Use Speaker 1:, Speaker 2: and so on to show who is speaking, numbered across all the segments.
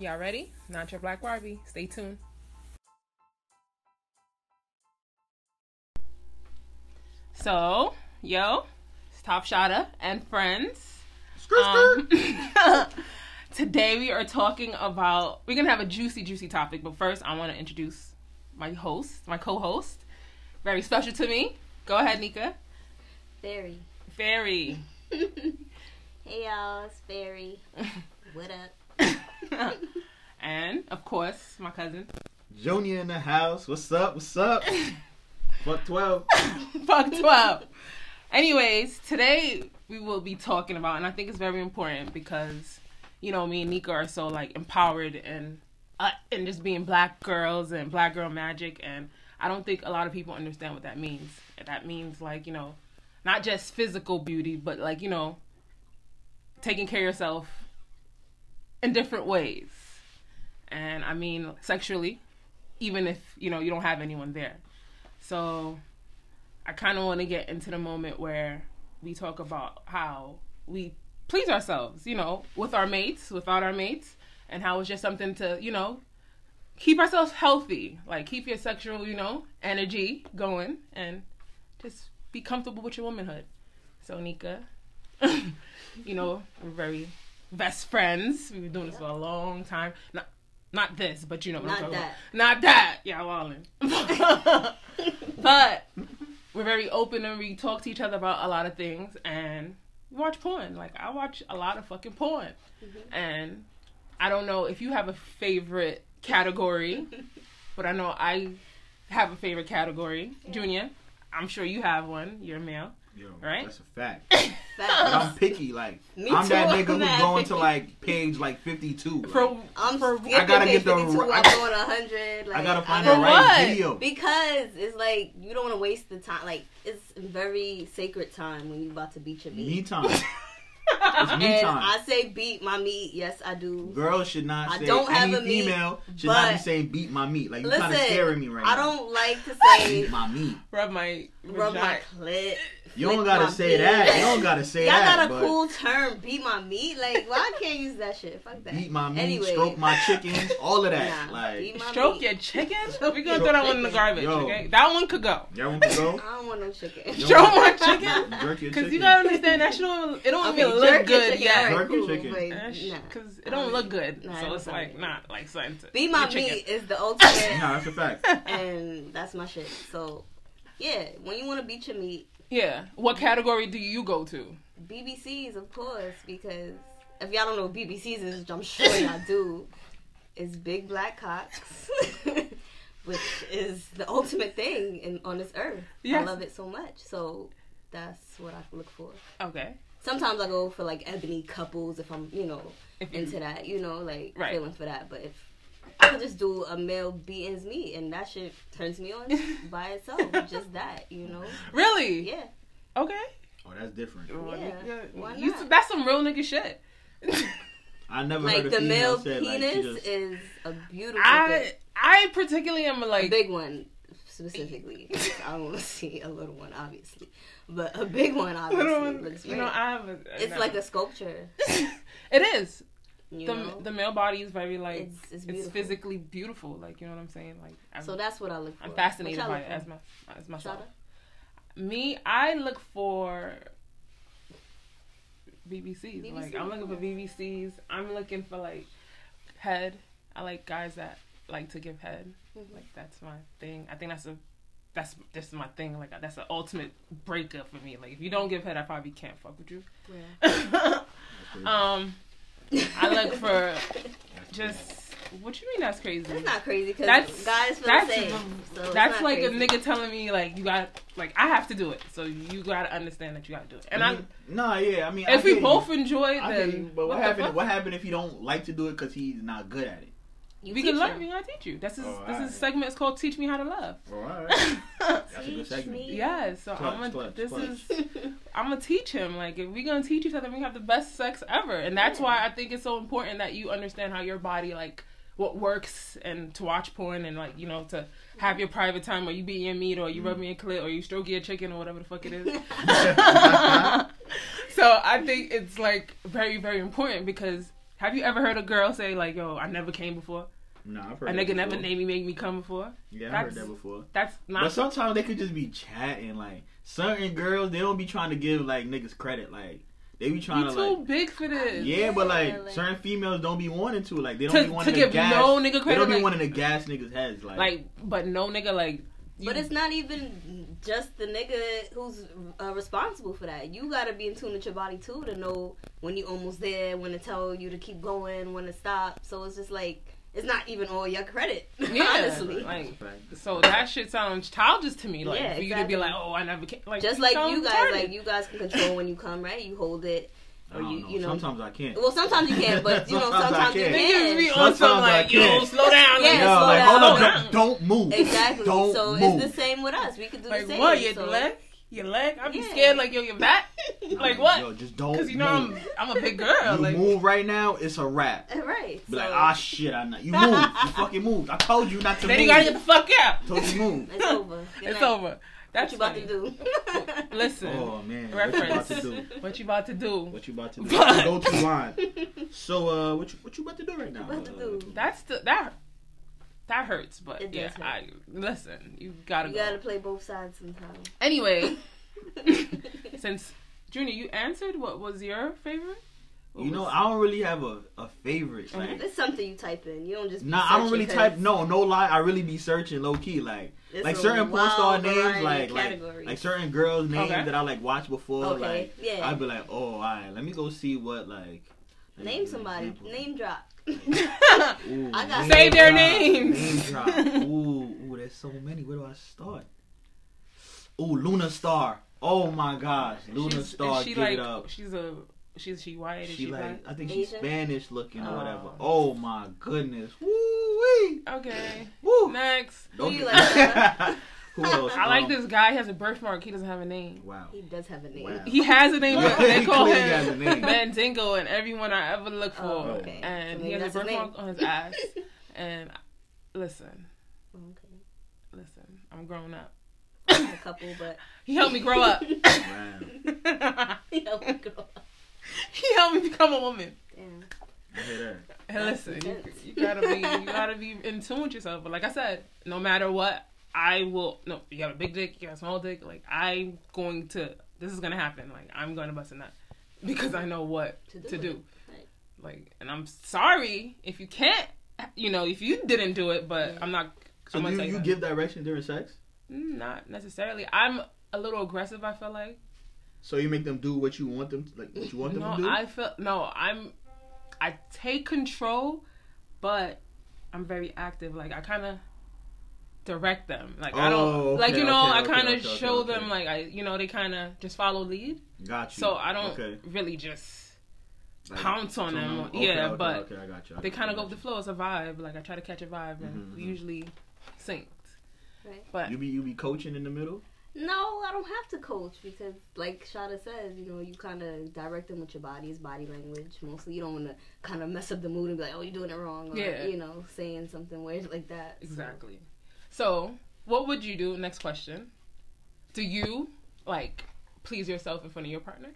Speaker 1: Y'all ready? Not your black Barbie. Stay tuned. So, yo, it's Top Shotta and friends. Um, today we are talking about we're gonna have a juicy, juicy topic. But first, I want to introduce my host, my co-host, very special to me. Go ahead, Nika.
Speaker 2: Fairy.
Speaker 1: Very.
Speaker 2: hey y'all, it's Fairy. What up?
Speaker 1: and of course, my cousin.
Speaker 3: Junior in the house. What's up? What's up? Fuck 12.
Speaker 1: Fuck 12. Anyways, today we will be talking about, and I think it's very important because, you know, me and Nika are so like empowered and uh, and just being black girls and black girl magic, and I don't think a lot of people understand what that means. And That means like you know, not just physical beauty, but like you know, taking care of yourself in different ways, and I mean sexually, even if you know you don't have anyone there. So I kind of want to get into the moment where we talk about how we please ourselves, you know, with our mates, without our mates, and how it's just something to, you know, keep ourselves healthy, like keep your sexual, you know, energy going and just be comfortable with your womanhood. So, Nika, you know, we're very best friends. We've been doing this for a long time. Not, not this, but you know what
Speaker 2: Not
Speaker 1: I'm talking
Speaker 2: that.
Speaker 1: about. Not that. Yeah, wallin'. but we're very open and we talk to each other about a lot of things and we watch porn. Like I watch a lot of fucking porn.
Speaker 2: Mm-hmm.
Speaker 1: And I don't know if you have a favorite category, but I know I have a favorite category. Junior, I'm sure you have one. You're a male.
Speaker 3: Yo,
Speaker 1: Right?
Speaker 3: That's a fact. But I'm
Speaker 2: Facts.
Speaker 3: picky. Like,
Speaker 2: Me
Speaker 3: I'm that
Speaker 2: too,
Speaker 3: nigga
Speaker 2: I'm mad
Speaker 3: who's going to,
Speaker 2: picky.
Speaker 3: like, page, like, 52. Like,
Speaker 1: For
Speaker 2: I'm
Speaker 1: for
Speaker 2: skipping I gotta get the. I'm going 100. Like,
Speaker 3: I gotta find
Speaker 1: For
Speaker 3: the right
Speaker 1: what?
Speaker 3: video.
Speaker 2: Because it's like you don't want to waste the time. Like it's very sacred time when you about to beat your meat.
Speaker 3: Me time. It's me
Speaker 2: and
Speaker 3: time.
Speaker 2: I say beat my meat. Yes, I do.
Speaker 3: Girls should not
Speaker 2: I
Speaker 3: say,
Speaker 2: don't have
Speaker 3: any
Speaker 2: a meat,
Speaker 3: female should not be
Speaker 2: but-
Speaker 3: saying beat my meat. Like, you
Speaker 2: Listen,
Speaker 3: kind of scaring me right
Speaker 2: I
Speaker 3: now.
Speaker 2: don't like to
Speaker 3: Beat
Speaker 2: say
Speaker 3: my meat.
Speaker 1: rub my
Speaker 2: rub my
Speaker 1: vagina.
Speaker 2: clit.
Speaker 3: You don't
Speaker 2: lick
Speaker 3: gotta
Speaker 2: my
Speaker 3: say
Speaker 2: meat.
Speaker 3: that. You don't gotta say
Speaker 2: Y'all
Speaker 3: that.
Speaker 2: got a
Speaker 3: but
Speaker 2: cool term, beat my meat. Like, why I can't use that shit? Fuck that.
Speaker 3: Beat my meat,
Speaker 2: Anyway.
Speaker 3: stroke my chickens, all of that.
Speaker 2: Nah,
Speaker 3: like,
Speaker 2: beat my
Speaker 1: Stroke
Speaker 2: meat.
Speaker 1: your chicken? We're gonna throw that one in the garbage,
Speaker 3: Yo.
Speaker 1: okay? That one could go.
Speaker 3: y'all want to go?
Speaker 2: I don't want no chicken.
Speaker 3: Yo.
Speaker 1: Stroke my chicken?
Speaker 3: Jerk your
Speaker 1: Cause
Speaker 3: chicken.
Speaker 1: you gotta understand that shit don't it don't
Speaker 2: Okay,
Speaker 1: even
Speaker 2: jerk
Speaker 1: look
Speaker 2: is
Speaker 1: good
Speaker 2: chicken,
Speaker 1: yet.
Speaker 2: alright,
Speaker 3: Jerk is chicken.
Speaker 2: but
Speaker 1: And sh-
Speaker 2: nah.
Speaker 1: Cause it don't look good,
Speaker 2: Nah, it
Speaker 1: so
Speaker 2: don't
Speaker 1: it's
Speaker 2: sound
Speaker 1: like
Speaker 2: good.
Speaker 1: not like something. to-
Speaker 2: Be my
Speaker 1: your chicken.
Speaker 2: meat is the ultimate,
Speaker 3: Nah, that's a fact.
Speaker 2: and that's my shit. So, yeah, when you want to beat your meat,
Speaker 1: Yeah. What category do you go to?
Speaker 2: BBCs, of course, because if y'all don't know what BBCs is, which I'm sure y'all do, is big black cocks, which is the ultimate thing in, on this earth. I
Speaker 1: Yes.
Speaker 2: love it so much. So, that's what I look for.
Speaker 1: Okay.
Speaker 2: sometimes I go for like ebony couples if I'm, you know,
Speaker 1: If you-
Speaker 2: into that, you know, like
Speaker 1: Right.
Speaker 2: feeling for that. But if I could just do a male beatings me and that shit turns me on by itself. just that, you know?
Speaker 1: Really?
Speaker 2: Yeah.
Speaker 1: Okay.
Speaker 3: Oh, that's different.
Speaker 1: Well,
Speaker 2: Yeah,
Speaker 1: nigga,
Speaker 2: why
Speaker 1: you-
Speaker 2: not?
Speaker 1: that's some real nigga shit.
Speaker 3: I never heard
Speaker 2: Like
Speaker 3: a
Speaker 2: the
Speaker 3: female
Speaker 2: male
Speaker 3: said, like, she
Speaker 2: penis
Speaker 3: just-
Speaker 2: is a beautiful
Speaker 1: I
Speaker 2: thing.
Speaker 1: I particularly am
Speaker 2: A
Speaker 1: like
Speaker 2: big one specifically. I don't see a little one obviously. But a big one obviously looks
Speaker 1: you
Speaker 2: great.
Speaker 1: know I have a,
Speaker 2: it's
Speaker 1: no.
Speaker 2: like a sculpture.
Speaker 1: it is
Speaker 2: You
Speaker 1: the
Speaker 2: know?
Speaker 1: the male body is very like
Speaker 2: It's-
Speaker 1: it's,
Speaker 2: it's beautiful.
Speaker 1: physically beautiful like you know what I'm saying like I'm,
Speaker 2: so that's what I look for.
Speaker 1: I'm
Speaker 2: What
Speaker 1: fascinated
Speaker 2: y'all
Speaker 1: by it
Speaker 2: look for?
Speaker 1: as my as myself.
Speaker 2: Shada?
Speaker 1: Me, I look for BBCs. Like
Speaker 2: BBC,
Speaker 1: I'm looking for BBCs. I'm looking for like head. I like guys that like to give head.
Speaker 2: Mhm.
Speaker 1: Like that's my thing. I think that's a that's this is my thing. Like that's the ultimate breakup for me. Like if you don't give head, I probably can't fuck with you. um, I look for just what you mean that's crazy.
Speaker 2: That's not crazy because
Speaker 1: That's-
Speaker 2: guys feel
Speaker 1: that's
Speaker 2: the same.
Speaker 1: the-
Speaker 2: So it's
Speaker 1: That's
Speaker 2: not
Speaker 1: like
Speaker 2: crazy.
Speaker 1: a nigga telling me like you got like I have to do it, so you gotta understand that you gotta do it. And
Speaker 3: I
Speaker 1: I,
Speaker 3: mean, nah, yeah. I mean, I
Speaker 1: if we
Speaker 3: get
Speaker 1: both
Speaker 3: you.
Speaker 1: enjoy it,
Speaker 3: I
Speaker 1: then
Speaker 3: get you, but what,
Speaker 1: the
Speaker 3: happened?
Speaker 1: fuck?
Speaker 3: What happened if you don't like to do it because he's not good at it?
Speaker 2: You
Speaker 1: We can
Speaker 2: teach
Speaker 1: learn.
Speaker 2: him.
Speaker 1: We gotta teach you. That's is,
Speaker 3: Oh,
Speaker 1: this
Speaker 3: alright.
Speaker 1: is segment. It's called "Teach Me How to Love."
Speaker 3: Well, all right. That's a good
Speaker 2: Teach
Speaker 3: segment.
Speaker 2: me.
Speaker 1: yeah, so
Speaker 3: Clutch,
Speaker 1: I'm gonna.
Speaker 3: clutch,
Speaker 1: This
Speaker 3: clutch.
Speaker 1: is. I'm gonna teach him. Like, if we're gonna teach each other, we have the best sex ever, and that's why I think it's so important that you understand how your body like what works and to watch porn and like you know to have your private time where you beat your meat or you
Speaker 3: Mm.
Speaker 1: rub me your clit or you stroke your chicken or whatever the fuck it is. so I think it's like very very important because Have you ever heard a girl say like, "Yo, I never came before.
Speaker 3: Nah, I've
Speaker 1: A
Speaker 3: heard that
Speaker 1: nigga never
Speaker 3: before.
Speaker 1: made me make me come before."
Speaker 3: Yeah, I heard
Speaker 1: that's-
Speaker 3: that before.
Speaker 1: That's
Speaker 3: But
Speaker 1: not.
Speaker 3: sometimes they could just be chatting. Like certain girls, they don't be trying to give like niggas credit. Like they be trying
Speaker 1: You
Speaker 3: to like.
Speaker 1: too big for this.
Speaker 3: Yeah, but like
Speaker 2: Yeah, like-
Speaker 3: certain females don't be wanting to like they don't
Speaker 1: To-
Speaker 3: be
Speaker 1: to
Speaker 3: wanting to,
Speaker 1: give
Speaker 3: gas.
Speaker 1: no nigga
Speaker 3: they
Speaker 1: credit,
Speaker 3: don't be
Speaker 1: like-
Speaker 3: wanting to gas niggas heads like,
Speaker 1: Like, but no nigga like. you-
Speaker 2: But it's not even just the nigga who's uh, responsible for that. You gotta be in tune with your body too to know when you almost there, when to tell you to keep going, when to stop. So it's just like it's not even all your credit,
Speaker 1: Yeah,
Speaker 2: honestly.
Speaker 1: like-
Speaker 3: That's a fact.
Speaker 1: So that shit sounds childish to me. Like
Speaker 2: Yeah,
Speaker 1: for you to be
Speaker 2: exactly.
Speaker 1: like, oh, I never came. Like
Speaker 2: just like you
Speaker 1: sound
Speaker 2: guys,
Speaker 1: retarded.
Speaker 2: like you guys can control when you come, right? You hold it,
Speaker 3: I
Speaker 2: or
Speaker 3: don't
Speaker 2: you,
Speaker 3: know.
Speaker 2: you know.
Speaker 3: sometimes I can't.
Speaker 2: well, sometimes you can, but you know,
Speaker 3: Sometimes I
Speaker 2: sometimes you
Speaker 3: can.
Speaker 1: Niggas be
Speaker 2: can.
Speaker 1: on some
Speaker 3: Sometimes I
Speaker 1: like, yo,
Speaker 3: can't.
Speaker 1: slow down.
Speaker 2: Yeah,
Speaker 1: nigga.
Speaker 3: Yo,
Speaker 2: slow
Speaker 3: like
Speaker 2: down.
Speaker 3: hold
Speaker 1: Slow
Speaker 3: up, don't move.
Speaker 2: Exactly.
Speaker 3: Don't
Speaker 2: so
Speaker 3: move.
Speaker 2: it's the same with us. We could do
Speaker 1: Like
Speaker 2: the same.
Speaker 1: what? Your
Speaker 2: so-
Speaker 1: leg? Your leg? I'd be
Speaker 2: Yeah.
Speaker 1: scared. Like yo, your back? like
Speaker 3: Yo,
Speaker 1: what?
Speaker 3: just don't.
Speaker 1: Because you know I'm
Speaker 3: move.
Speaker 1: I'm a big girl.
Speaker 3: You
Speaker 1: Like
Speaker 3: move right now, it's a wrap.
Speaker 2: Right.
Speaker 3: Be like,
Speaker 2: so-
Speaker 3: ah, shit, I know. You moved. You fucking moved. I told you not to
Speaker 1: then
Speaker 3: move.
Speaker 1: you gotta get the fuck out.
Speaker 3: told you move.
Speaker 2: It's over. Good
Speaker 1: It's
Speaker 2: night.
Speaker 1: over. That's
Speaker 2: What you about
Speaker 1: funny.
Speaker 2: to do?
Speaker 1: Listen,
Speaker 3: Oh man,
Speaker 1: Reference.
Speaker 3: what you about to do?
Speaker 1: what you about to do?
Speaker 3: What you about to do?
Speaker 1: But-
Speaker 3: Go to line. So, uh, what you, what you about to do right now?
Speaker 2: about to
Speaker 3: Uh,
Speaker 2: do?
Speaker 1: That's the that. That hurts, but
Speaker 2: It does
Speaker 1: yeah,
Speaker 2: hurt.
Speaker 1: I listen. You gotta
Speaker 2: You
Speaker 1: go.
Speaker 2: gotta play both sides sometimes.
Speaker 1: Anyway, since Junior, you answered what was your favorite? What
Speaker 3: You know,
Speaker 1: was-
Speaker 3: I don't really have a, a favorite. Like,
Speaker 2: It's something you type in. You don't just. be
Speaker 3: nah, I don't
Speaker 2: searching
Speaker 3: really
Speaker 2: 'cause
Speaker 3: type. No, no lie. I really be searching low key. Like,
Speaker 2: it's
Speaker 3: like
Speaker 2: a
Speaker 3: certain porn star
Speaker 2: wide variety
Speaker 3: names,
Speaker 2: of
Speaker 3: like like,
Speaker 2: categories.
Speaker 3: like certain girls' names
Speaker 1: Okay.
Speaker 3: that I like watched before.
Speaker 2: Okay,
Speaker 3: Like,
Speaker 2: yeah.
Speaker 3: I'd be like, oh, all right, let me go see what like. let me
Speaker 2: name
Speaker 3: give you an
Speaker 2: somebody.
Speaker 3: example.
Speaker 2: Name drop.
Speaker 3: Ooh,
Speaker 2: I got-
Speaker 3: name
Speaker 1: Say their
Speaker 3: drop,
Speaker 1: names.
Speaker 3: Name drop. Ooh, ooh, there's so many. Where do I start? Ooh, Luna Star. Oh my gosh, Luna
Speaker 1: she's,
Speaker 3: Star.
Speaker 1: is she
Speaker 3: give
Speaker 1: like
Speaker 3: it up.
Speaker 1: she's a she's she white? Is she,
Speaker 3: She like
Speaker 1: black?
Speaker 3: I think she's
Speaker 2: Asian?
Speaker 3: Spanish looking or
Speaker 1: Oh.
Speaker 3: whatever. Oh my goodness. Woo wee.
Speaker 1: Okay,
Speaker 3: Woo.
Speaker 1: next.
Speaker 3: Don't
Speaker 2: you
Speaker 3: get-
Speaker 2: like?
Speaker 3: Who else?
Speaker 1: I like
Speaker 3: Um,
Speaker 1: this guy. He has a birthmark. He doesn't have a name.
Speaker 3: Wow.
Speaker 2: He does have a name.
Speaker 3: Wow.
Speaker 1: He has a name.
Speaker 2: Yeah,
Speaker 1: but they
Speaker 3: he
Speaker 1: call
Speaker 3: clearly has a
Speaker 1: him
Speaker 3: name.
Speaker 1: Mandingo, and everyone I ever look for.
Speaker 2: Oh,
Speaker 3: okay.
Speaker 1: And
Speaker 2: So
Speaker 1: he
Speaker 2: maybe
Speaker 1: has a
Speaker 2: that's his name.
Speaker 1: birthmark on his ass. And I- listen,
Speaker 2: Okay.
Speaker 1: listen, I'm grown up.
Speaker 2: A couple, but
Speaker 1: He helped me grow up.
Speaker 3: Wow.
Speaker 2: you know, girl.
Speaker 1: he helped me become a woman.
Speaker 2: Damn.
Speaker 3: I hear that.
Speaker 1: Hey,
Speaker 2: That's
Speaker 1: listen, you,
Speaker 2: intense.
Speaker 1: you gotta be you gotta be in tune with yourself. But like I said, no matter what, I will. No, you got a big dick, you got a small dick. Like I'm going to. This is gonna happen. Like I'm gonna bust a nut because I know what
Speaker 2: To
Speaker 1: to
Speaker 2: do
Speaker 1: do.
Speaker 2: it. Right.
Speaker 1: Like, and I'm sorry if you can't. You know, if you didn't do it, but
Speaker 2: Yeah.
Speaker 1: I'm not.
Speaker 3: So
Speaker 1: I'm gonna
Speaker 3: do you,
Speaker 1: say
Speaker 3: you
Speaker 1: that.
Speaker 3: give direction during sex?
Speaker 1: Mm, not necessarily. I'm a little aggressive. I feel like.
Speaker 3: So you make them do what you want them to, like what you want them
Speaker 1: no,
Speaker 3: to do?
Speaker 1: I feel no. I'm. I take control, but I'm very active. Like I kind of direct them. Like I don't.
Speaker 3: Oh, okay,
Speaker 1: like you know,
Speaker 3: okay,
Speaker 1: I
Speaker 3: okay,
Speaker 1: kind of
Speaker 3: okay, okay,
Speaker 1: show
Speaker 3: okay.
Speaker 1: them. Like I, you know, they kind of just follow lead.
Speaker 3: got you.
Speaker 1: So I don't
Speaker 3: okay.
Speaker 1: really just.
Speaker 3: Like,
Speaker 1: pounce on
Speaker 3: so
Speaker 1: them,
Speaker 3: no-
Speaker 1: yeah,
Speaker 3: okay,
Speaker 1: but
Speaker 3: okay, I got you. I
Speaker 1: They
Speaker 3: got
Speaker 1: kind
Speaker 3: you,
Speaker 1: of go
Speaker 3: I
Speaker 1: with
Speaker 3: got
Speaker 1: the flow. It's a vibe. Like I try to catch a vibe, and
Speaker 3: Mhm,
Speaker 1: we
Speaker 3: mhm.
Speaker 1: usually sync.
Speaker 3: Mm-hmm.
Speaker 2: Right.
Speaker 1: But
Speaker 3: You You be you be coaching in the middle?
Speaker 2: No, I don't have to coach because, like Shada says, you know, you kind of direct them with your body, it's body language mostly. You don't want to kind of mess up the mood and be like, "Oh, you're doing it wrong," or
Speaker 1: Yeah.
Speaker 2: you know, saying something weird like that. So-
Speaker 1: Exactly. So, what would you do? Next question. Do you like please yourself in front of your partner?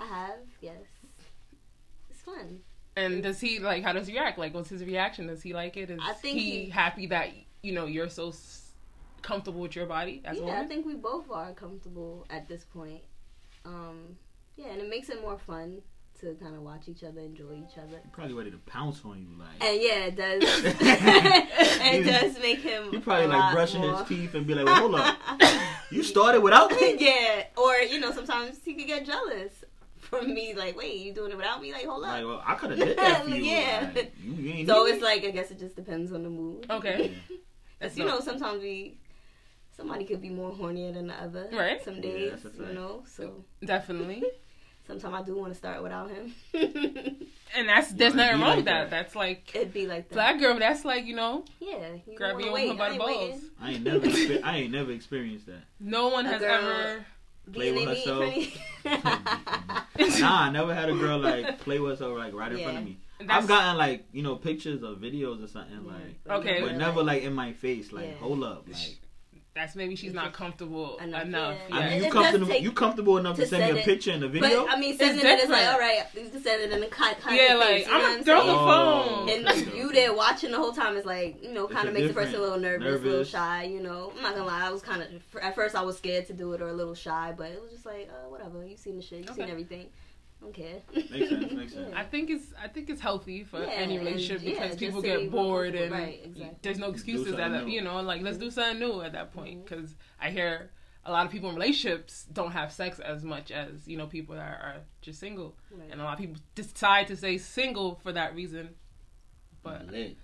Speaker 2: I have, yes. It's fun.
Speaker 1: And does he like? How does he react? Like, what's his reaction? Does he like it? Is
Speaker 2: I think
Speaker 1: he,
Speaker 2: he-
Speaker 1: happy that you know you're so s- comfortable with your body as a
Speaker 2: yeah, I
Speaker 1: woman?
Speaker 2: think we both are comfortable at this point. Um, yeah, and it makes it more fun to kind of watch each other, enjoy each other.
Speaker 3: He probably ready to pounce on you like.
Speaker 2: And yeah, it does. it
Speaker 3: He-
Speaker 2: does make him.
Speaker 3: He probably
Speaker 2: a
Speaker 3: like
Speaker 2: lot
Speaker 3: brushing
Speaker 2: more-
Speaker 3: his teeth and be like, Wait, "Hold up, you started without me."
Speaker 2: yeah, or you know, sometimes he could get jealous from me. Like, wait, you doing it without me? Like, hold up.
Speaker 3: Like, well, I could have did that for you.
Speaker 2: Yeah.
Speaker 3: like, you, you ain't
Speaker 2: so
Speaker 3: need
Speaker 2: it's
Speaker 3: me.
Speaker 2: like I guess it just depends on the mood.
Speaker 1: okay.
Speaker 2: Cause you know, sometimes we somebody could be more hornier than the other.
Speaker 1: Right.
Speaker 2: Some
Speaker 3: Yeah,
Speaker 2: days,
Speaker 3: that's a
Speaker 2: you
Speaker 3: fact.
Speaker 2: know. So
Speaker 1: Definitely.
Speaker 2: sometimes I do want to start without him.
Speaker 1: And that's there's
Speaker 3: Yeah,
Speaker 1: nothing wrong
Speaker 3: he like
Speaker 1: with that.
Speaker 3: that.
Speaker 1: That's like
Speaker 2: It'd be like that.
Speaker 1: black girl. That's like you know,
Speaker 2: Yeah. You
Speaker 1: grab
Speaker 2: wanna
Speaker 1: your
Speaker 2: wait.
Speaker 1: woman by
Speaker 2: I
Speaker 1: the
Speaker 2: ain't
Speaker 1: balls.
Speaker 2: waiting.
Speaker 3: I ain't never, exper- I ain't never experienced that.
Speaker 1: No one
Speaker 2: A
Speaker 1: has
Speaker 2: girl-
Speaker 1: ever.
Speaker 3: Play
Speaker 2: Being
Speaker 3: with
Speaker 2: a bee in front of you.
Speaker 3: Nah, I never had a girl like play with herself like right in front of me.
Speaker 1: That's,
Speaker 3: I've gotten like you know pictures or videos or something
Speaker 2: Yeah,
Speaker 3: like,
Speaker 2: but
Speaker 1: Okay.
Speaker 3: but
Speaker 2: never,
Speaker 3: never like in my face. Like,
Speaker 2: Yeah.
Speaker 3: hold up, like
Speaker 1: That's maybe she's not comfortable
Speaker 2: Enough,
Speaker 1: enough. yeah.
Speaker 2: yeah.
Speaker 3: I mean,
Speaker 2: It
Speaker 3: you
Speaker 2: does
Speaker 3: comfortable?
Speaker 2: take-
Speaker 3: You comfortable enough to,
Speaker 2: to
Speaker 3: send
Speaker 2: send
Speaker 3: me a
Speaker 2: it.
Speaker 3: picture and a video?
Speaker 2: But I mean, sending it
Speaker 1: It's
Speaker 2: is like,
Speaker 1: different.
Speaker 2: all right, you can send it in a kind, kind
Speaker 1: Yeah,
Speaker 2: of
Speaker 1: like
Speaker 2: face, you know what
Speaker 1: I'm
Speaker 2: I'm
Speaker 1: a throw
Speaker 2: saying?
Speaker 1: the
Speaker 3: Oh.
Speaker 1: phone.
Speaker 3: And
Speaker 2: And you there watching the whole time is like, you know,
Speaker 3: It's
Speaker 2: kind
Speaker 3: a
Speaker 2: of makes the
Speaker 3: different-
Speaker 2: person a little nervous, a little
Speaker 3: nervous.
Speaker 2: shy, you know. I'm not gonna lie, I was kind of, at first I was scared to do it or a little shy, but it was just like, uh, whatever, you've seen the shit, you've seen
Speaker 1: Okay.
Speaker 2: everything. I don't care.
Speaker 3: Makes sense, makes sense.
Speaker 1: I think it's I think it's healthy for
Speaker 2: Yeah,
Speaker 1: any
Speaker 2: and-
Speaker 1: relationship
Speaker 2: yeah,
Speaker 1: because
Speaker 2: just
Speaker 1: people
Speaker 2: to be
Speaker 1: get
Speaker 2: more
Speaker 1: bored and
Speaker 2: comfortable. Right, exactly. Mm-hmm.
Speaker 1: there's no excuses
Speaker 3: something
Speaker 1: that
Speaker 3: new.
Speaker 1: you know like let's do something new at that point
Speaker 2: Mhm.
Speaker 1: because I hear a lot of people in relationships don't have sex as much as you know people that are just single
Speaker 2: Right.
Speaker 1: and a lot of people decide to say single for that reason but
Speaker 3: Lit.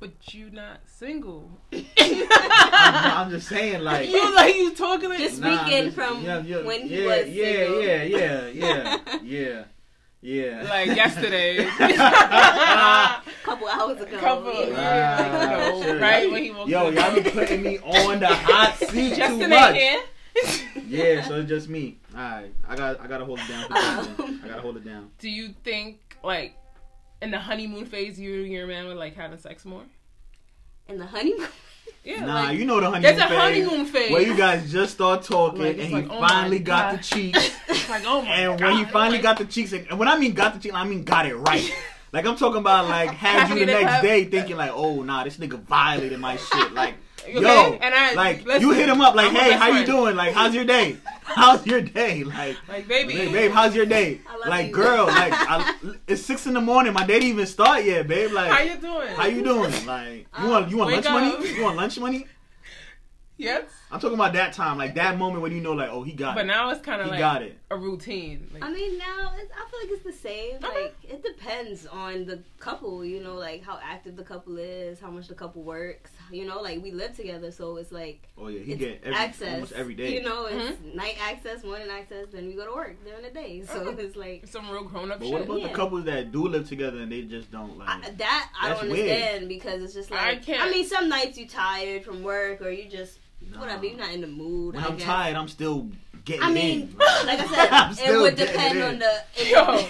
Speaker 1: but you not single
Speaker 3: I'm, I'm just saying, like,
Speaker 1: you like you talking like
Speaker 2: Just- this
Speaker 3: nah,
Speaker 2: weekend
Speaker 3: this-
Speaker 2: from
Speaker 3: yeah, yeah,
Speaker 2: when he
Speaker 3: yeah,
Speaker 2: was
Speaker 3: yeah,
Speaker 2: single.
Speaker 3: yeah, yeah, yeah, yeah, yeah,
Speaker 1: like yesterday.
Speaker 2: couple hours ago.
Speaker 1: Couple-
Speaker 2: yeah.
Speaker 1: Wow.
Speaker 3: Wow, sure.
Speaker 1: Right when he walked
Speaker 3: Yo,
Speaker 1: in.
Speaker 3: y'all be putting me on the hot seat too
Speaker 1: yesterday
Speaker 3: much.
Speaker 1: here.
Speaker 3: Yeah, so it's just me. All right, I got, I gotta hold it down. For
Speaker 2: Um.
Speaker 3: something. I gotta hold it down.
Speaker 1: Do you think like in the honeymoon phase you and your man were like having sex more?
Speaker 2: And the honeymoon.
Speaker 1: Yeah,
Speaker 3: nah,
Speaker 1: like,
Speaker 3: you know the honeymoon
Speaker 1: there's
Speaker 3: phase.
Speaker 1: a honeymoon phase.
Speaker 3: Where you guys just start talking
Speaker 1: Like,
Speaker 3: and
Speaker 1: it's
Speaker 3: he
Speaker 1: like, oh my
Speaker 3: finally got
Speaker 1: God.
Speaker 3: the cheeks.
Speaker 1: It's like, oh my
Speaker 3: And
Speaker 1: god.
Speaker 3: when he finally
Speaker 1: like,
Speaker 3: got the cheeks, and and when I mean got the cheeks, I mean got it right. Like I'm talking about, like had you
Speaker 1: Happy
Speaker 3: the
Speaker 1: to
Speaker 3: next
Speaker 1: have-
Speaker 3: day thinking like, oh nah, this nigga violated my shit. Like,
Speaker 1: You
Speaker 3: yo,
Speaker 1: okay? And I-
Speaker 3: like
Speaker 1: listen,
Speaker 3: you hit him up, like,
Speaker 1: I'm a
Speaker 3: hey,
Speaker 1: best
Speaker 3: how you
Speaker 1: friend.
Speaker 3: doing? Like, how's your day? How's your day? Like,
Speaker 1: like baby,
Speaker 3: babe, babe, how's your day?
Speaker 2: I love
Speaker 3: Like,
Speaker 2: you.
Speaker 3: girl, like, I, it's six in the morning. My day didn't even start yet, babe. Like,
Speaker 1: how you doing?
Speaker 3: how you doing? Like, you want you want
Speaker 1: Wake
Speaker 3: lunch
Speaker 1: up.
Speaker 3: money? You want lunch money?
Speaker 1: yes.
Speaker 3: I'm talking about that time, like that moment when you know, like, oh, he got
Speaker 1: But
Speaker 3: it.
Speaker 1: now it's kind
Speaker 3: He
Speaker 1: of like
Speaker 3: got it.
Speaker 1: a routine. Like,
Speaker 2: I mean, now it's, I feel like it's the same.
Speaker 1: Okay.
Speaker 2: Like it depends on the couple, you know, like how active the couple is, how much the couple works, you know, like we live together, so it's like
Speaker 3: Oh yeah, he
Speaker 2: it's
Speaker 3: get every,
Speaker 2: access
Speaker 3: almost every day.
Speaker 2: You know, it's
Speaker 1: Mm-hmm.
Speaker 2: night access, morning access, then we go to work during the day. So
Speaker 1: Okay.
Speaker 2: it's like
Speaker 1: some real grown up
Speaker 3: But what
Speaker 1: shit.
Speaker 3: about the
Speaker 2: Yeah.
Speaker 3: couples that do live together and they just don't like?
Speaker 2: I, that I
Speaker 3: That's
Speaker 2: don't
Speaker 3: weird.
Speaker 2: understand because it's just like
Speaker 1: I can't-
Speaker 2: mean, some nights you tired from work or you just
Speaker 3: nah.
Speaker 2: whatever, you're not in the mood.
Speaker 3: When
Speaker 2: I
Speaker 3: I'm
Speaker 2: guess.
Speaker 3: tired, I'm still getting
Speaker 2: I
Speaker 3: it
Speaker 2: mean,
Speaker 3: in.
Speaker 2: like I
Speaker 3: I'm
Speaker 2: said, it
Speaker 3: still
Speaker 2: would
Speaker 3: getting
Speaker 2: depend
Speaker 3: it
Speaker 2: on
Speaker 3: in.
Speaker 2: the. it
Speaker 1: Yo.
Speaker 2: would-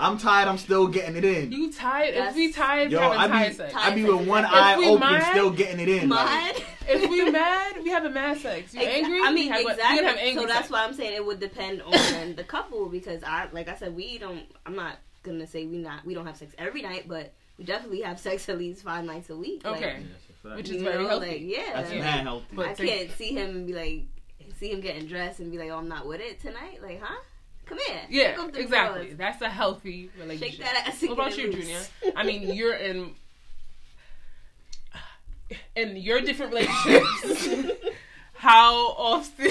Speaker 3: I'm tired, I'm still getting it in.
Speaker 1: you tired? If
Speaker 2: That's-
Speaker 1: we tired,
Speaker 3: Yo,
Speaker 1: we having
Speaker 3: I
Speaker 1: tired
Speaker 3: be,
Speaker 1: sex.
Speaker 2: tired
Speaker 3: I be with one
Speaker 2: If
Speaker 3: eye
Speaker 1: we
Speaker 3: open,
Speaker 1: mad-
Speaker 3: still getting it in. like,
Speaker 2: Mine?
Speaker 1: if we mad, we having mad sex. You
Speaker 2: Exa-
Speaker 1: angry?
Speaker 2: I mean,
Speaker 1: we have,
Speaker 2: exactly.
Speaker 1: We gonna have angry
Speaker 2: so that's
Speaker 1: sex.
Speaker 2: why I'm saying it would depend on the couple because I, like I said, we don't. I'm not gonna say we not we don't have sex every night, but we definitely have sex at least five nights a week. Like,
Speaker 1: Okay.
Speaker 3: Yeah, that's a fact.
Speaker 1: Which
Speaker 2: you
Speaker 1: is very
Speaker 2: know,
Speaker 1: healthy.
Speaker 2: Like, yeah,
Speaker 3: That's
Speaker 2: like,
Speaker 3: mad healthy.
Speaker 1: But-
Speaker 2: I can't see him and be like, see him getting dressed and be like, oh, I'm not with it tonight. Like, huh? Come here. Pick
Speaker 1: yeah,
Speaker 2: up the
Speaker 1: exactly.
Speaker 2: drawers.
Speaker 1: That's a healthy relationship.
Speaker 2: Shake that ass. and
Speaker 1: What about
Speaker 2: get
Speaker 1: you,
Speaker 2: loose.
Speaker 1: Junior? I mean, you're in in your different relationships. how often?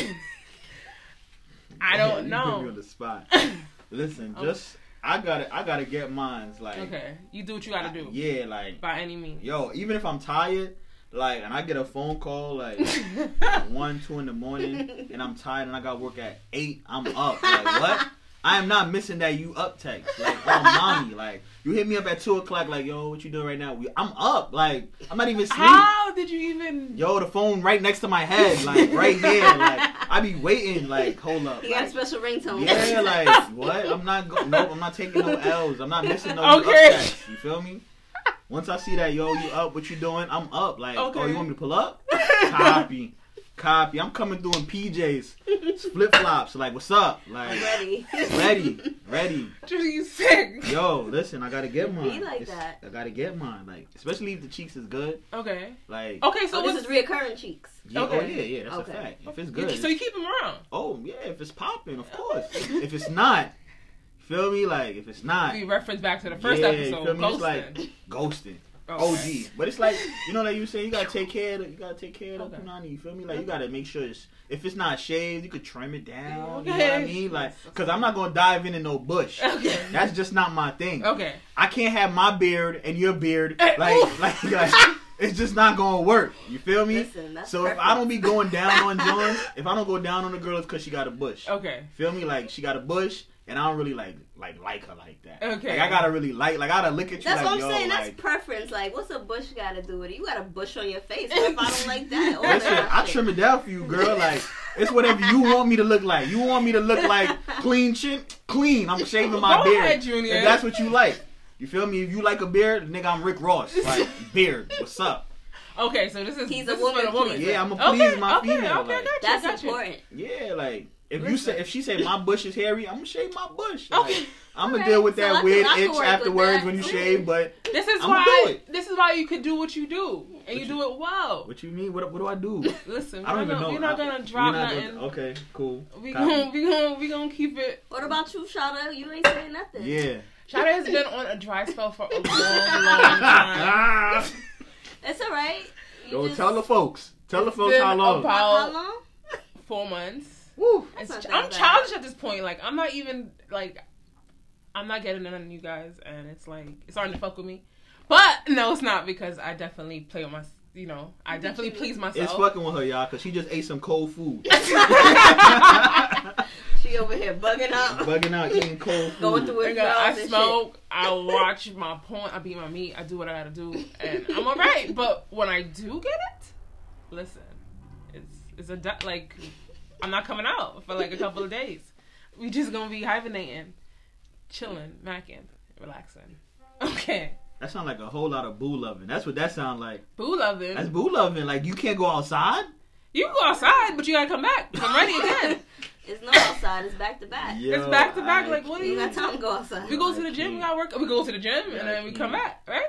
Speaker 1: I
Speaker 3: Yeah,
Speaker 1: don't
Speaker 3: you put me on
Speaker 1: know.
Speaker 3: the spot. Listen, just I gotta, I gotta get mines. Like,
Speaker 1: Okay, you do what you gotta do
Speaker 3: Yeah, like,
Speaker 1: by any means.
Speaker 3: yo, even if I'm tired, like, and I get a phone call, like. at one, two in the morning, and I'm tired and I got work at eight. I'm up. Like what? I am not missing that you up text. Like, oh mommy, like you hit me up at two o'clock. Like, yo, what you doing right now? We, I'm up. Like, I'm not even sleep.
Speaker 1: how did you even?
Speaker 3: Yo, the phone right next to my head, like right here. Like, I be waiting. Like, hold up.
Speaker 2: You got a
Speaker 3: Like,
Speaker 2: special ringtone.
Speaker 3: yeah, like what? I'm not. Go- nope, I'm not taking no L's. I'm not missing no you
Speaker 1: Okay.
Speaker 3: up text. You feel me? Once I see that, yo, you up? What you doing? I'm up. Like, oh,
Speaker 1: Okay.
Speaker 3: you want me to pull up? Copy. Copy. I'm coming through in PJs, flip flops. Like, what's up? Like,
Speaker 2: I'm ready.
Speaker 3: ready, ready.
Speaker 1: Junior, you sick?
Speaker 3: Yo, listen, I gotta get mine.
Speaker 2: like
Speaker 3: It's-
Speaker 2: that.
Speaker 3: I gotta get mine. Like, especially if the cheeks is good.
Speaker 1: Okay.
Speaker 3: Like,
Speaker 1: Okay. So
Speaker 2: So
Speaker 1: what's
Speaker 2: Oh, this is reoccurring cheeks.
Speaker 3: yeah, oh
Speaker 1: Oh, okay.
Speaker 3: yeah, yeah, that's
Speaker 2: Okay.
Speaker 3: a fact. If it's
Speaker 1: you-
Speaker 3: good,
Speaker 1: so you keep him around.
Speaker 3: oh yeah, if it's popping, of course. if it's not, feel me? Like, if it's not,
Speaker 1: We reference back to the first
Speaker 3: yeah,
Speaker 1: episode.
Speaker 3: You feel me? It's like
Speaker 1: ghosting.
Speaker 3: ghosting.
Speaker 1: Okay.
Speaker 3: OG. But it's like you know, like you were saying, you gotta take care. Of, the- you gotta take care of the
Speaker 1: Okay.
Speaker 3: punani. You feel me? Like you gotta make sure it's if it's not shaved, you could trim it down. You know
Speaker 1: Okay.
Speaker 3: what I mean? Like, cause I'm not gonna dive into no bush.
Speaker 1: Okay.
Speaker 3: That's just not my thing.
Speaker 1: Okay.
Speaker 3: I can't have my beard and your beard
Speaker 1: Eh,
Speaker 3: like
Speaker 1: oof.
Speaker 3: like, like it's just not gonna work. You feel me?
Speaker 2: Listen, that's
Speaker 3: so if
Speaker 2: perfect.
Speaker 3: I don't be going down on Jones, if I don't go down on the girl, it's cause she got a bush.
Speaker 1: Okay.
Speaker 3: Feel me? Like she got a bush, and I don't really like like like her like that.
Speaker 1: Okay.
Speaker 3: Like I gotta really like like I gotta look at you.
Speaker 2: That's
Speaker 3: like,
Speaker 2: what I'm
Speaker 3: yo,
Speaker 2: saying.
Speaker 3: Like,
Speaker 2: That's preference. Like, what's a bush got to do with it? You got a bush on your face. What if I don't like that? Oh,
Speaker 3: listen,
Speaker 2: that
Speaker 3: I
Speaker 2: shit.
Speaker 3: trim it down for you, girl. Like it's whatever you want me to look like. You want me to look like clean chin, clean. I'm shaving my
Speaker 1: Go
Speaker 3: beard.
Speaker 1: ahead, Junior.
Speaker 3: If that's what you like. You feel me? If you like a beard, nigga, I'm Rick Ross. Like beard. What's up?
Speaker 1: Okay, so this is
Speaker 2: He's
Speaker 1: this
Speaker 2: a
Speaker 1: is for the
Speaker 2: woman,
Speaker 1: woman.
Speaker 2: please.
Speaker 3: Yeah, I'ma
Speaker 1: Okay,
Speaker 3: please my
Speaker 1: okay,
Speaker 3: female.
Speaker 1: okay,
Speaker 3: like,
Speaker 1: gotcha,
Speaker 2: That's
Speaker 1: gotcha.
Speaker 2: important.
Speaker 3: yeah, like if you
Speaker 1: Listen.
Speaker 3: say if she say my bush is hairy, I'm gonna shave my bush. Like,
Speaker 1: Okay,
Speaker 3: I'm gonna
Speaker 2: Okay,
Speaker 3: deal with
Speaker 2: so I
Speaker 3: that
Speaker 2: can-
Speaker 3: weird
Speaker 2: I can
Speaker 3: itch
Speaker 2: work with
Speaker 3: afterwards
Speaker 2: that.
Speaker 3: when you shave. But
Speaker 1: this is
Speaker 3: I'ma do
Speaker 1: why
Speaker 3: it.
Speaker 1: this is why you could do what you do and you
Speaker 3: What
Speaker 1: do it well.
Speaker 3: what you mean? What what do I do?
Speaker 1: Listen,
Speaker 3: I don't
Speaker 1: we're
Speaker 3: even
Speaker 1: not,
Speaker 3: know.
Speaker 1: we're not
Speaker 3: I-
Speaker 1: gonna
Speaker 3: we're
Speaker 1: drop
Speaker 3: not
Speaker 1: nothing.
Speaker 3: gonna- oh, okay, cool.
Speaker 1: We
Speaker 3: Copy.
Speaker 1: gonna we gonna we gonna keep it.
Speaker 2: What about you, Shada? You ain't saying nothing.
Speaker 3: Yeah.
Speaker 1: Shada has been on a dry spell for a long, long time.
Speaker 2: That's all right. You
Speaker 3: Yo,
Speaker 2: just-
Speaker 3: tell the folks. Tell the folks
Speaker 1: been
Speaker 3: how long.
Speaker 1: about-
Speaker 2: How long?
Speaker 1: Four months.
Speaker 3: Woo.
Speaker 1: It's,
Speaker 2: not that
Speaker 1: I'm
Speaker 2: bad.
Speaker 1: childish at this point. Like I'm not even like I'm not getting none of you guys, and it's like it's starting to fuck with me. But no, it's not because I definitely play with my. You know, I
Speaker 2: Look at
Speaker 1: definitely
Speaker 2: you.
Speaker 1: please
Speaker 3: It's
Speaker 1: myself.
Speaker 3: fucking with her, y'all, because she just ate some cold food.
Speaker 2: She over here bugging up.
Speaker 3: Bugging out, eating cold food.
Speaker 2: Going through it.
Speaker 1: Nigga, I
Speaker 2: girls and
Speaker 1: smoke, I watch my porn, I beat my meat, I do what I gotta do, and I'm alright. But when I do get it, listen, it's it's a du- like I'm not coming out for like a couple of days. We just gonna be hibernating, chilling, macking, relaxing. Okay,
Speaker 3: That sounds like a whole lot of boo loving. That's what that sounds like.
Speaker 1: boo
Speaker 3: That's
Speaker 1: loving.
Speaker 3: boo loving. Like you can't go outside.
Speaker 1: You can go outside, but you gotta come back. 'cause I'm ready again.
Speaker 2: Shit. It's not outside. It's back to back.
Speaker 1: it's back to back. Like what? Are
Speaker 2: You
Speaker 1: you?
Speaker 2: got time to go outside.
Speaker 1: We go to the gym. We gotta work. We go to the gym and then we come back, right?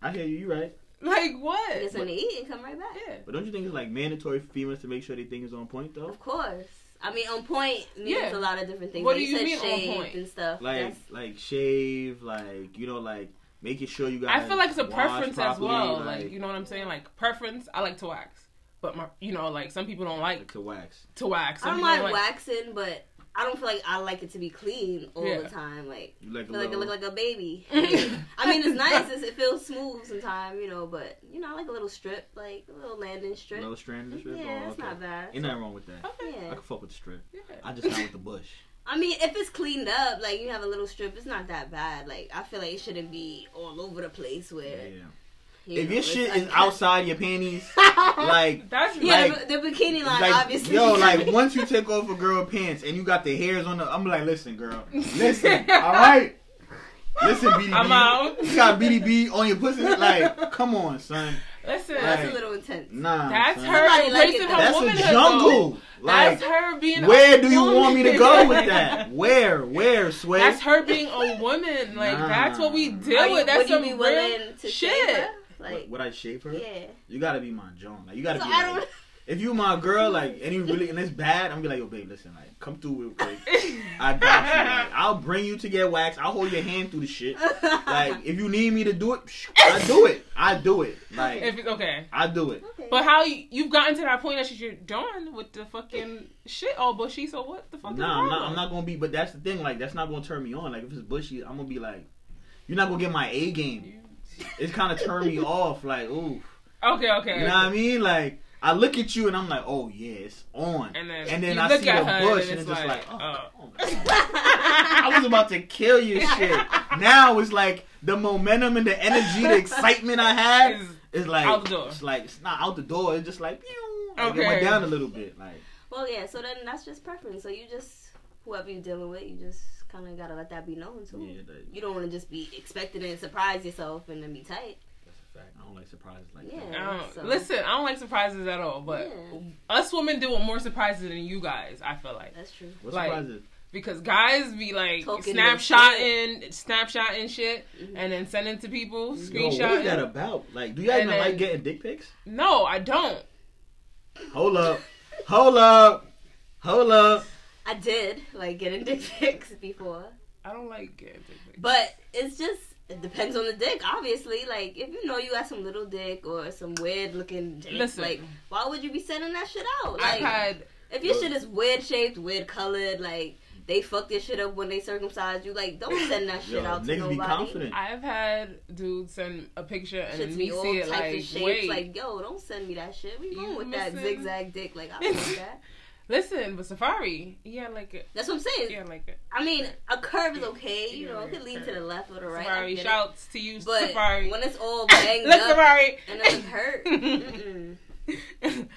Speaker 3: I hear you. You right.
Speaker 1: Like what?
Speaker 2: Get something to eat and come right back.
Speaker 1: Yeah.
Speaker 3: But don't you think it's like mandatory for females to make sure they think is on point though?
Speaker 2: Of course. I mean, on point means
Speaker 1: Yeah.
Speaker 2: a lot of different things.
Speaker 1: What
Speaker 2: Like
Speaker 1: do you
Speaker 2: said
Speaker 1: mean on
Speaker 2: shaved
Speaker 1: point?
Speaker 2: and stuff.
Speaker 3: Like
Speaker 2: That's-
Speaker 3: like shave. Like you know like making sure you got.
Speaker 1: I feel like it's a preference as
Speaker 3: properly,
Speaker 1: well. Like, you know what I'm saying? Like preference. I like to wax, but my you know like some people don't like
Speaker 3: like to wax.
Speaker 1: to wax.
Speaker 2: I
Speaker 1: Some
Speaker 2: don't
Speaker 1: people
Speaker 2: mind waxing, but I don't feel like I like it to be clean all
Speaker 1: Yeah.
Speaker 2: the time. Like,
Speaker 3: You like
Speaker 2: I
Speaker 3: a
Speaker 2: feel like I
Speaker 3: little.
Speaker 2: look like a baby.
Speaker 1: Mm.
Speaker 2: I mean, it's nice. It's, it feels smooth sometimes, you know. But you know, I like a little strip, like a little landing strip.
Speaker 3: Another strand in the
Speaker 2: yeah,
Speaker 3: strip?
Speaker 2: it's
Speaker 3: oh, okay.
Speaker 2: not bad.
Speaker 3: Ain't nothing wrong with that.
Speaker 1: Okay.
Speaker 3: I
Speaker 2: yeah.
Speaker 3: can fuck with the strip.
Speaker 1: Yeah.
Speaker 3: I just not with the bush.
Speaker 2: I mean, if it's cleaned up, like you have a little strip, it's not that bad. Like I feel like it shouldn't be all over the place
Speaker 3: Yeah.
Speaker 2: where. you
Speaker 3: If
Speaker 2: know,
Speaker 3: your
Speaker 2: it's
Speaker 3: shit is
Speaker 2: uncut.
Speaker 3: outside your panties, like
Speaker 1: That's
Speaker 2: yeah,
Speaker 1: like,
Speaker 2: the, the bikini line,
Speaker 3: like,
Speaker 2: obviously.
Speaker 3: Yo, like once you take off a girl pants and you got the hairs on the, I'm like, listen, girl, listen, all right, listen, BDB,
Speaker 1: I'm out.
Speaker 3: you got BDB on your pussy, like, come on, son,
Speaker 1: listen.
Speaker 2: that's
Speaker 3: like-
Speaker 2: a little intense.
Speaker 3: nah,
Speaker 1: that's
Speaker 3: son.
Speaker 1: her
Speaker 2: Somebody like
Speaker 1: embracing
Speaker 2: it
Speaker 1: her
Speaker 2: though.
Speaker 3: That's
Speaker 1: womanhood.
Speaker 3: a jungle.
Speaker 1: though.
Speaker 3: Like,
Speaker 1: that's her being. a
Speaker 3: where do you want me to go
Speaker 1: woman.
Speaker 3: with that? Where, where, sway?
Speaker 1: That's her being a woman. Like
Speaker 3: Nah.
Speaker 1: that's what we deal
Speaker 2: Are you-
Speaker 1: with. That's
Speaker 2: would you
Speaker 1: some
Speaker 2: be
Speaker 1: real
Speaker 2: willing to
Speaker 1: shit.
Speaker 2: shave her?
Speaker 3: Would,
Speaker 2: Like,
Speaker 3: would I shave her?
Speaker 2: yeah.
Speaker 3: You gotta be my John. Like, you gotta
Speaker 2: So
Speaker 3: be.
Speaker 2: I
Speaker 3: like-
Speaker 2: don't.
Speaker 3: if you my girl, like, and you really, and it's bad, I'm gonna be like, yo, babe, listen, like, come through real quick. I got you. Like, I'll bring you to get waxed. I'll hold your hand through the shit. Like if you need me to do it, psh, I do it. I do it.
Speaker 1: if
Speaker 3: Like
Speaker 1: it's okay.
Speaker 3: I do it.
Speaker 2: Okay.
Speaker 1: But how you, you've gotten to that point that you're done with the fucking shit all bushy? So what the fuck? is
Speaker 3: Nah, I'm not.
Speaker 1: wrong?
Speaker 3: I'm not gonna be. But that's the thing. Like that's not gonna turn me on. Like if it's bushy, I'm gonna be like, you're not gonna get my A game. It's kind of turn me off. Like ooh,
Speaker 1: Okay, okay.
Speaker 3: you know what I mean? Like I look at you and I'm like, oh yeah, it's on.
Speaker 1: And then you
Speaker 3: I
Speaker 1: look
Speaker 3: see
Speaker 1: at
Speaker 3: the
Speaker 1: her
Speaker 3: bush
Speaker 1: and it's
Speaker 3: and it's just
Speaker 1: like,
Speaker 3: like, oh, come on. I was about to kill you, shit. Now it's like the momentum and the energy, the excitement I had
Speaker 1: Is
Speaker 3: is like
Speaker 1: out the door.
Speaker 3: It's like it's not out the door. It's just like, pew, like, it
Speaker 1: Okay.
Speaker 3: went down a little bit. Like
Speaker 2: well, yeah. So then that's just preference. So you just whoever you dealing with, you just kind of gotta let that be known to. 'em.
Speaker 3: yeah, that,
Speaker 2: You don't want to just be expecting it and surprise yourself and then be tight.
Speaker 3: that's a fact. I don't like surprises like
Speaker 2: Yeah.
Speaker 3: that.
Speaker 1: I don't-
Speaker 2: So-
Speaker 1: Listen, I don't like surprises at all, but
Speaker 2: Yeah.
Speaker 1: us women deal with more surprises than you guys. I feel like
Speaker 2: That's true.
Speaker 3: What
Speaker 1: Like-
Speaker 3: surprises?
Speaker 1: because guys be like
Speaker 2: Talking
Speaker 1: snapshotting, snapshotting shit,
Speaker 2: Mhm.
Speaker 1: and then sending to people,
Speaker 2: Mm-hmm.
Speaker 3: Yo, what is that
Speaker 1: screenshotting.
Speaker 3: about? Like, do y'all
Speaker 1: And
Speaker 3: even like
Speaker 1: then-
Speaker 3: getting dick pics?
Speaker 1: No, I don't.
Speaker 3: Hold up, hold up, hold up.
Speaker 2: I did like getting dick pics before,
Speaker 1: I don't like getting dick pics.
Speaker 2: but it's just it depends on the dick. Obviously, like if you know you got some little dick or some weird looking dick,
Speaker 1: Listen.
Speaker 2: like why would you be sending that shit out? Like
Speaker 1: I've had
Speaker 2: if your shit is weird shaped, weird colored, like they fucked your shit up when they circumcised you, like don't send that
Speaker 3: Yo,
Speaker 2: shit out to
Speaker 3: niggas
Speaker 2: nobody.
Speaker 3: be confident.
Speaker 1: I've had dudes send a picture and
Speaker 2: Shits
Speaker 1: then
Speaker 2: be
Speaker 1: me
Speaker 2: all
Speaker 1: see it
Speaker 2: types
Speaker 1: like
Speaker 2: of shapes.
Speaker 1: wait.
Speaker 2: Like, yo, don't send me that shit. We going
Speaker 1: You
Speaker 2: with that
Speaker 1: missing-
Speaker 2: zigzag dick. Like, I don't like that.
Speaker 1: Listen, but Safari, yeah, like it,
Speaker 2: That's what I'm saying.
Speaker 1: yeah, like it.
Speaker 2: I mean, a curve is okay. You
Speaker 1: Yeah,
Speaker 2: know, it could lean to the left or the right. I
Speaker 1: Safari
Speaker 2: get it.
Speaker 1: shouts to you,
Speaker 2: But
Speaker 1: Safari.
Speaker 2: when it's all banged
Speaker 1: Look,
Speaker 2: up
Speaker 1: Safari.
Speaker 2: and it doesn't hurt, mm-mm, mm-mm.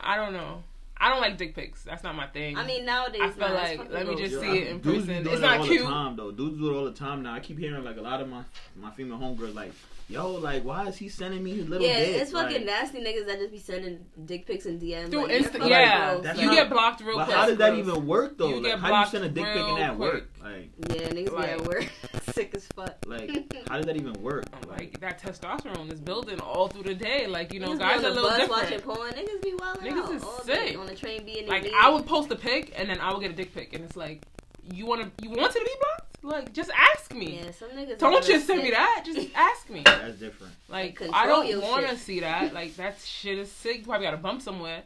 Speaker 1: I don't know. I don't like dick pics. That's not my thing.
Speaker 2: I mean, nowadays,
Speaker 1: I feel
Speaker 2: nah, it's
Speaker 1: like,
Speaker 2: fucking
Speaker 1: let me
Speaker 2: gross.
Speaker 1: just
Speaker 3: Yo,
Speaker 1: see
Speaker 3: I-
Speaker 1: it in
Speaker 3: dudes be
Speaker 1: person.
Speaker 3: doing
Speaker 1: It's
Speaker 3: that
Speaker 1: not
Speaker 3: all
Speaker 1: cute.
Speaker 3: the time though. Dudes do it all the time now. I keep hearing like a lot of my my female homegirls like, yo, like, why is he sending me his little
Speaker 2: yeah,
Speaker 3: dick?
Speaker 2: it's fucking
Speaker 3: like,
Speaker 2: nasty niggas that just be sending dick pics and DMs.
Speaker 1: Through
Speaker 2: like, you're
Speaker 1: Insta,
Speaker 2: fucking
Speaker 1: yeah,
Speaker 2: gross.
Speaker 3: that's
Speaker 1: you
Speaker 3: not-
Speaker 1: get blocked real
Speaker 3: But
Speaker 1: quick.
Speaker 3: how does that
Speaker 1: Gross.
Speaker 3: even work though?
Speaker 1: You
Speaker 3: Like,
Speaker 1: get
Speaker 3: how do you send a
Speaker 1: blocked
Speaker 3: dick pic
Speaker 1: real
Speaker 3: and that
Speaker 1: quick.
Speaker 3: work? Like,
Speaker 2: yeah, niggas be at
Speaker 1: Like-
Speaker 2: work, sick as fuck.
Speaker 3: like, how did that even work?
Speaker 1: Like that testosterone is building all through the day. Like you know,
Speaker 2: Niggas be
Speaker 1: guys
Speaker 2: on
Speaker 1: are a
Speaker 2: the
Speaker 1: little
Speaker 2: bus watching
Speaker 1: different.
Speaker 2: porn. Niggas be wilding
Speaker 1: Niggas
Speaker 2: out
Speaker 1: is
Speaker 2: all day
Speaker 1: sick.
Speaker 2: on the train being
Speaker 1: Like I would post a pic and then I would get a dick pic, and it's like, you want to, you want to be blocked? Like just ask me.
Speaker 2: Yeah, some niggas
Speaker 1: Don't
Speaker 2: never
Speaker 1: just send me
Speaker 2: sit.
Speaker 1: that. Just ask me.
Speaker 3: that's different.
Speaker 1: Like
Speaker 2: Control
Speaker 1: I
Speaker 2: your
Speaker 1: don't want to
Speaker 2: shit.
Speaker 1: see that. Like that shit is sick. You probably got a bump somewhere,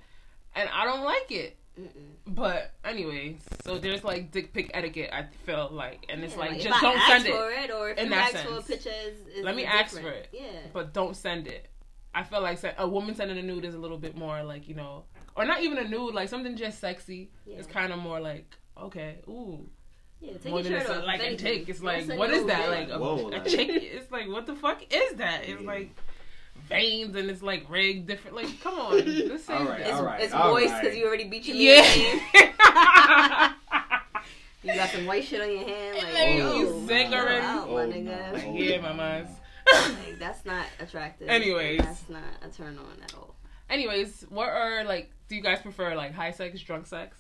Speaker 1: and I don't like it.
Speaker 2: Mm-mm.
Speaker 1: But anyway, so there's like dick pic etiquette. I feel like, and it's
Speaker 2: Yeah,
Speaker 1: like
Speaker 2: if
Speaker 1: just
Speaker 2: I
Speaker 1: don't
Speaker 2: ask
Speaker 1: send it,
Speaker 2: for it. Or if
Speaker 1: in
Speaker 2: you
Speaker 1: that
Speaker 2: ask for a
Speaker 1: sense.
Speaker 2: picture, it's- it's
Speaker 1: Let me ask
Speaker 2: different.
Speaker 1: for it.
Speaker 2: Yeah.
Speaker 1: but don't send it. I feel like se- a woman sending a nude is a little bit more like you know, or not even a nude, like something just sexy.
Speaker 2: Yeah.
Speaker 1: It's kind of more like okay, ooh,
Speaker 2: Yeah, take
Speaker 1: more
Speaker 2: your shirt
Speaker 1: it's a
Speaker 2: off.
Speaker 1: like
Speaker 2: if
Speaker 1: a
Speaker 2: anything.
Speaker 1: take. It's
Speaker 2: Don't
Speaker 1: like
Speaker 2: send
Speaker 1: what
Speaker 2: your
Speaker 1: is
Speaker 2: whole
Speaker 1: that? Like
Speaker 2: dick.
Speaker 1: a,
Speaker 3: Whoa,
Speaker 1: a
Speaker 3: like-
Speaker 1: chick? It's like what the fuck is that? It's
Speaker 3: Yeah.
Speaker 1: like veins and it's like rigged different. Like come on, this ain't
Speaker 3: All right,
Speaker 1: that.
Speaker 2: It's,
Speaker 3: all right,
Speaker 2: it's
Speaker 3: all
Speaker 2: moist
Speaker 3: right.
Speaker 2: because you already beat your yeah.
Speaker 1: Yeah.
Speaker 2: hand. You got some white shit on your hand. Like,
Speaker 1: Like,
Speaker 2: yo,
Speaker 1: you sick
Speaker 2: go
Speaker 1: already.
Speaker 2: Out, my
Speaker 3: Oh,
Speaker 2: nigga.
Speaker 3: no.
Speaker 1: yeah, my minds.
Speaker 2: Like, that's not attractive.
Speaker 1: Anyways.
Speaker 2: That's not a turn on at all.
Speaker 1: Anyways, what are like? Do you guys prefer like high sex, drunk sex?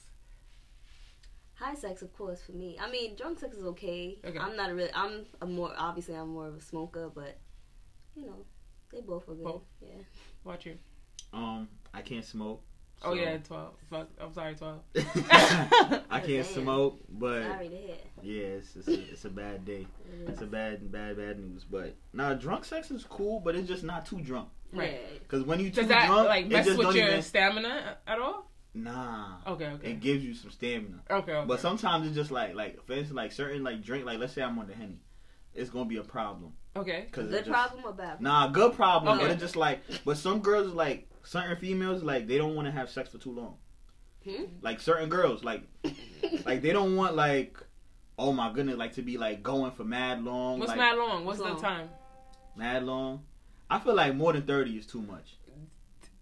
Speaker 2: High sex, of course, for me. I mean, drunk sex is okay.
Speaker 1: Okay.
Speaker 2: I'm not a really. I'm a more obviously. I'm more of a smoker, but you know, they both are good.
Speaker 1: Both.
Speaker 2: Yeah.
Speaker 1: Watch you.
Speaker 3: Um, I can't smoke.
Speaker 1: Oh
Speaker 3: so-
Speaker 1: yeah, twelve. Fuck, I'm sorry, twelve.
Speaker 3: I can't
Speaker 2: Damn.
Speaker 3: smoke, but
Speaker 2: Sorry to hear.
Speaker 3: yeah, it's it's a, it's a bad day. It's a bad, bad, bad news. But now, drunk sex is cool, but it's just not too drunk.
Speaker 1: Right.
Speaker 2: Yeah.
Speaker 3: Cause when you too
Speaker 1: Does that
Speaker 3: drunk,
Speaker 1: like
Speaker 3: it
Speaker 1: mess
Speaker 3: just
Speaker 1: with
Speaker 3: don't
Speaker 1: your
Speaker 3: even.
Speaker 1: stamina a- at all?
Speaker 3: Nah,
Speaker 1: Okay, okay,
Speaker 3: it gives you some stamina.
Speaker 1: okay. okay.
Speaker 3: But sometimes it's just like, like for instance, like certain like drink, like let's say I'm on the henny, it's gonna be a problem.
Speaker 1: okay.
Speaker 3: Cause it's
Speaker 2: Good
Speaker 3: just,
Speaker 2: problem or bad?
Speaker 3: Nah, good problem.
Speaker 1: Okay.
Speaker 3: But it's just like, but some girls like certain females like they don't want to have sex for too long.
Speaker 2: Hmm?
Speaker 3: Like certain girls like like they don't want like oh my goodness like to be like going for mad long
Speaker 1: What's
Speaker 3: like
Speaker 1: mad long? What's
Speaker 2: Long.
Speaker 1: the time?
Speaker 3: mad long. I feel like more than thirty is too much.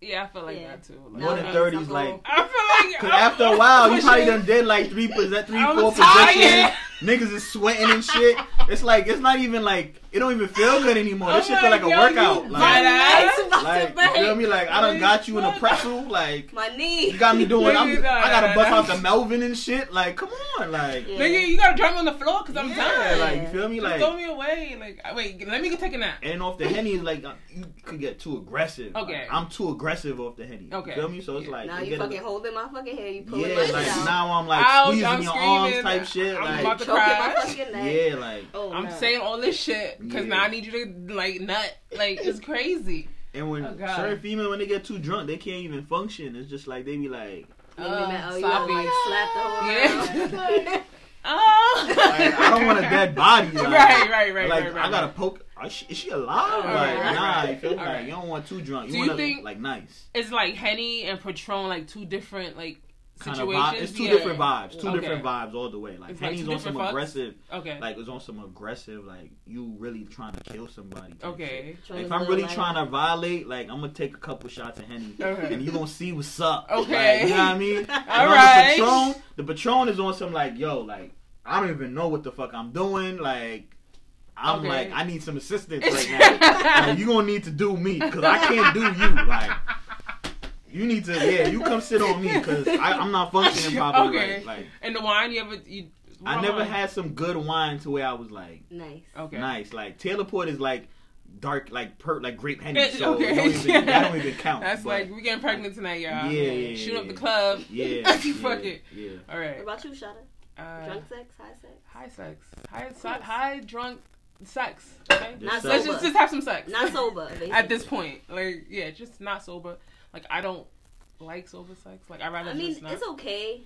Speaker 1: Yeah, I feel like
Speaker 2: Yeah.
Speaker 1: that too. Like,
Speaker 3: More
Speaker 1: I'm-
Speaker 3: than
Speaker 2: Okay.
Speaker 3: thirty is
Speaker 2: Some
Speaker 3: like.
Speaker 1: I feel like
Speaker 3: Cause after a while, you probably
Speaker 1: pushing-
Speaker 3: done did like three percent, three,
Speaker 1: I'm
Speaker 3: four
Speaker 1: tired.
Speaker 3: positions. Niggas is sweating and shit. It's like it's not even like it don't even feel good anymore. This
Speaker 1: I'm
Speaker 3: shit feel like
Speaker 1: like,
Speaker 3: a
Speaker 1: yo,
Speaker 3: workout.
Speaker 1: you
Speaker 3: Like,
Speaker 2: It's about
Speaker 3: like
Speaker 2: to
Speaker 3: you feel
Speaker 2: break.
Speaker 3: me? Like I done
Speaker 1: Like,
Speaker 3: got you in a
Speaker 1: fuck.
Speaker 3: pretzel. Like
Speaker 2: My knee.
Speaker 3: you got me doing. I'm,
Speaker 1: Nigga, nah,
Speaker 3: I gotta
Speaker 1: nah,
Speaker 3: bust
Speaker 1: nah.
Speaker 3: out the Melvin and shit. Like come on, like
Speaker 2: Yeah.
Speaker 1: Nigga, you gotta drop me on the floor because I'm
Speaker 3: yeah,
Speaker 1: tired.
Speaker 3: Like you feel me?
Speaker 1: Just throw
Speaker 3: Like
Speaker 1: me away. Like I- wait, let me go take a nap.
Speaker 3: and off the henny is like uh, you could get too aggressive. Like,
Speaker 1: Okay.
Speaker 3: I'm too aggressive off the henny.
Speaker 1: Okay.
Speaker 3: you feel me? So it's
Speaker 1: Yeah.
Speaker 3: like
Speaker 2: Now
Speaker 3: it
Speaker 2: you
Speaker 3: get a-
Speaker 2: fucking holding my fucking hair. You pulling
Speaker 3: yeah,
Speaker 2: my
Speaker 3: like
Speaker 2: shit out.
Speaker 3: now I'm like
Speaker 1: Ouch,
Speaker 3: squeezing
Speaker 1: I'm
Speaker 3: your arms
Speaker 1: screaming.
Speaker 3: type shit.
Speaker 1: I'm
Speaker 3: like
Speaker 1: about to
Speaker 2: choking my
Speaker 1: cry.
Speaker 2: fucking neck.
Speaker 3: yeah, like
Speaker 2: Oh,
Speaker 1: I'm
Speaker 2: no.
Speaker 1: saying all this shit because
Speaker 3: Yeah.
Speaker 1: now I need you to like nut. Like it's crazy.
Speaker 3: And when
Speaker 1: Oh, God.
Speaker 3: certain female when they get too drunk, they can't even function. It's just like they be like,
Speaker 2: Make me mad. Oh, you
Speaker 1: sloppy.
Speaker 2: wanna, like slap the whole
Speaker 1: Yeah.
Speaker 2: yeah.
Speaker 1: Oh,
Speaker 3: like, I don't want a dead body. Like,
Speaker 1: right, right, right,
Speaker 3: like
Speaker 1: right, right.
Speaker 3: I gotta poke. Are she, is she alive?
Speaker 1: All
Speaker 3: like
Speaker 1: right,
Speaker 3: nah,
Speaker 1: right,
Speaker 3: you feel me?
Speaker 1: all
Speaker 3: Like,
Speaker 1: right.
Speaker 3: you don't want too drunk. You
Speaker 1: Do you
Speaker 3: want to
Speaker 1: think-
Speaker 3: like nice.
Speaker 1: It's like Henny and Patron, like two different like
Speaker 3: Kind
Speaker 1: situations.
Speaker 3: of vibe. It's two
Speaker 1: Yeah.
Speaker 3: different vibes. Two
Speaker 1: Okay.
Speaker 3: different vibes all the way. Like
Speaker 1: It's like
Speaker 3: Henny's
Speaker 1: two
Speaker 3: on some
Speaker 1: different fucks?
Speaker 3: aggressive.
Speaker 1: Okay.
Speaker 3: Like it's on some aggressive. Like you really trying to kill somebody. type shit.
Speaker 1: okay.
Speaker 2: Trying to
Speaker 3: if I'm
Speaker 2: live
Speaker 3: really
Speaker 2: life.
Speaker 3: trying to violate, like I'm gonna take a couple shots of Henny,
Speaker 1: Okay.
Speaker 3: and you gonna see what's up.
Speaker 1: Okay.
Speaker 3: Like, you know what I mean? And on
Speaker 1: right.
Speaker 3: The Patron, the Patron is on some like, yo, like I don't even know what the fuck I'm doing. Like I'm
Speaker 1: Okay.
Speaker 3: like I need some assistance right now. like, you gonna need to do me because I can't do you. Like you need to, yeah, you come sit on me because I'm not functioning properly.
Speaker 1: Okay.
Speaker 3: Like, like,
Speaker 1: And the wine you ever you?
Speaker 3: I never
Speaker 1: wine?
Speaker 3: had some good wine to where I was like
Speaker 2: Nice.
Speaker 1: Okay.
Speaker 3: nice. Like Taylor Port is like dark, like per, like grape henny.
Speaker 1: It-
Speaker 3: So
Speaker 1: okay.
Speaker 3: it don't even, that don't even count.
Speaker 1: That's
Speaker 3: but-
Speaker 1: like we getting pregnant tonight,
Speaker 3: yeah,
Speaker 1: y'all.
Speaker 3: yeah, yeah,
Speaker 1: Shoot up
Speaker 3: yeah.
Speaker 1: the club.
Speaker 3: Yeah,
Speaker 1: Fuck
Speaker 3: yeah,
Speaker 1: it.
Speaker 3: Yeah.
Speaker 1: All
Speaker 2: What
Speaker 1: right.
Speaker 2: about you, Shada?
Speaker 1: Uh,
Speaker 2: Drunk sex, high sex.
Speaker 1: high sex. High se- high drunk sex. Okay.
Speaker 3: Just
Speaker 2: Not
Speaker 3: so-
Speaker 1: Let's
Speaker 2: sober.
Speaker 1: just, just have some sex.
Speaker 2: Not sober. Basically.
Speaker 1: At this point, like yeah, just not sober. Like I don't like sober sex. Like I rather
Speaker 2: I mean,
Speaker 1: just not.
Speaker 2: it's okay,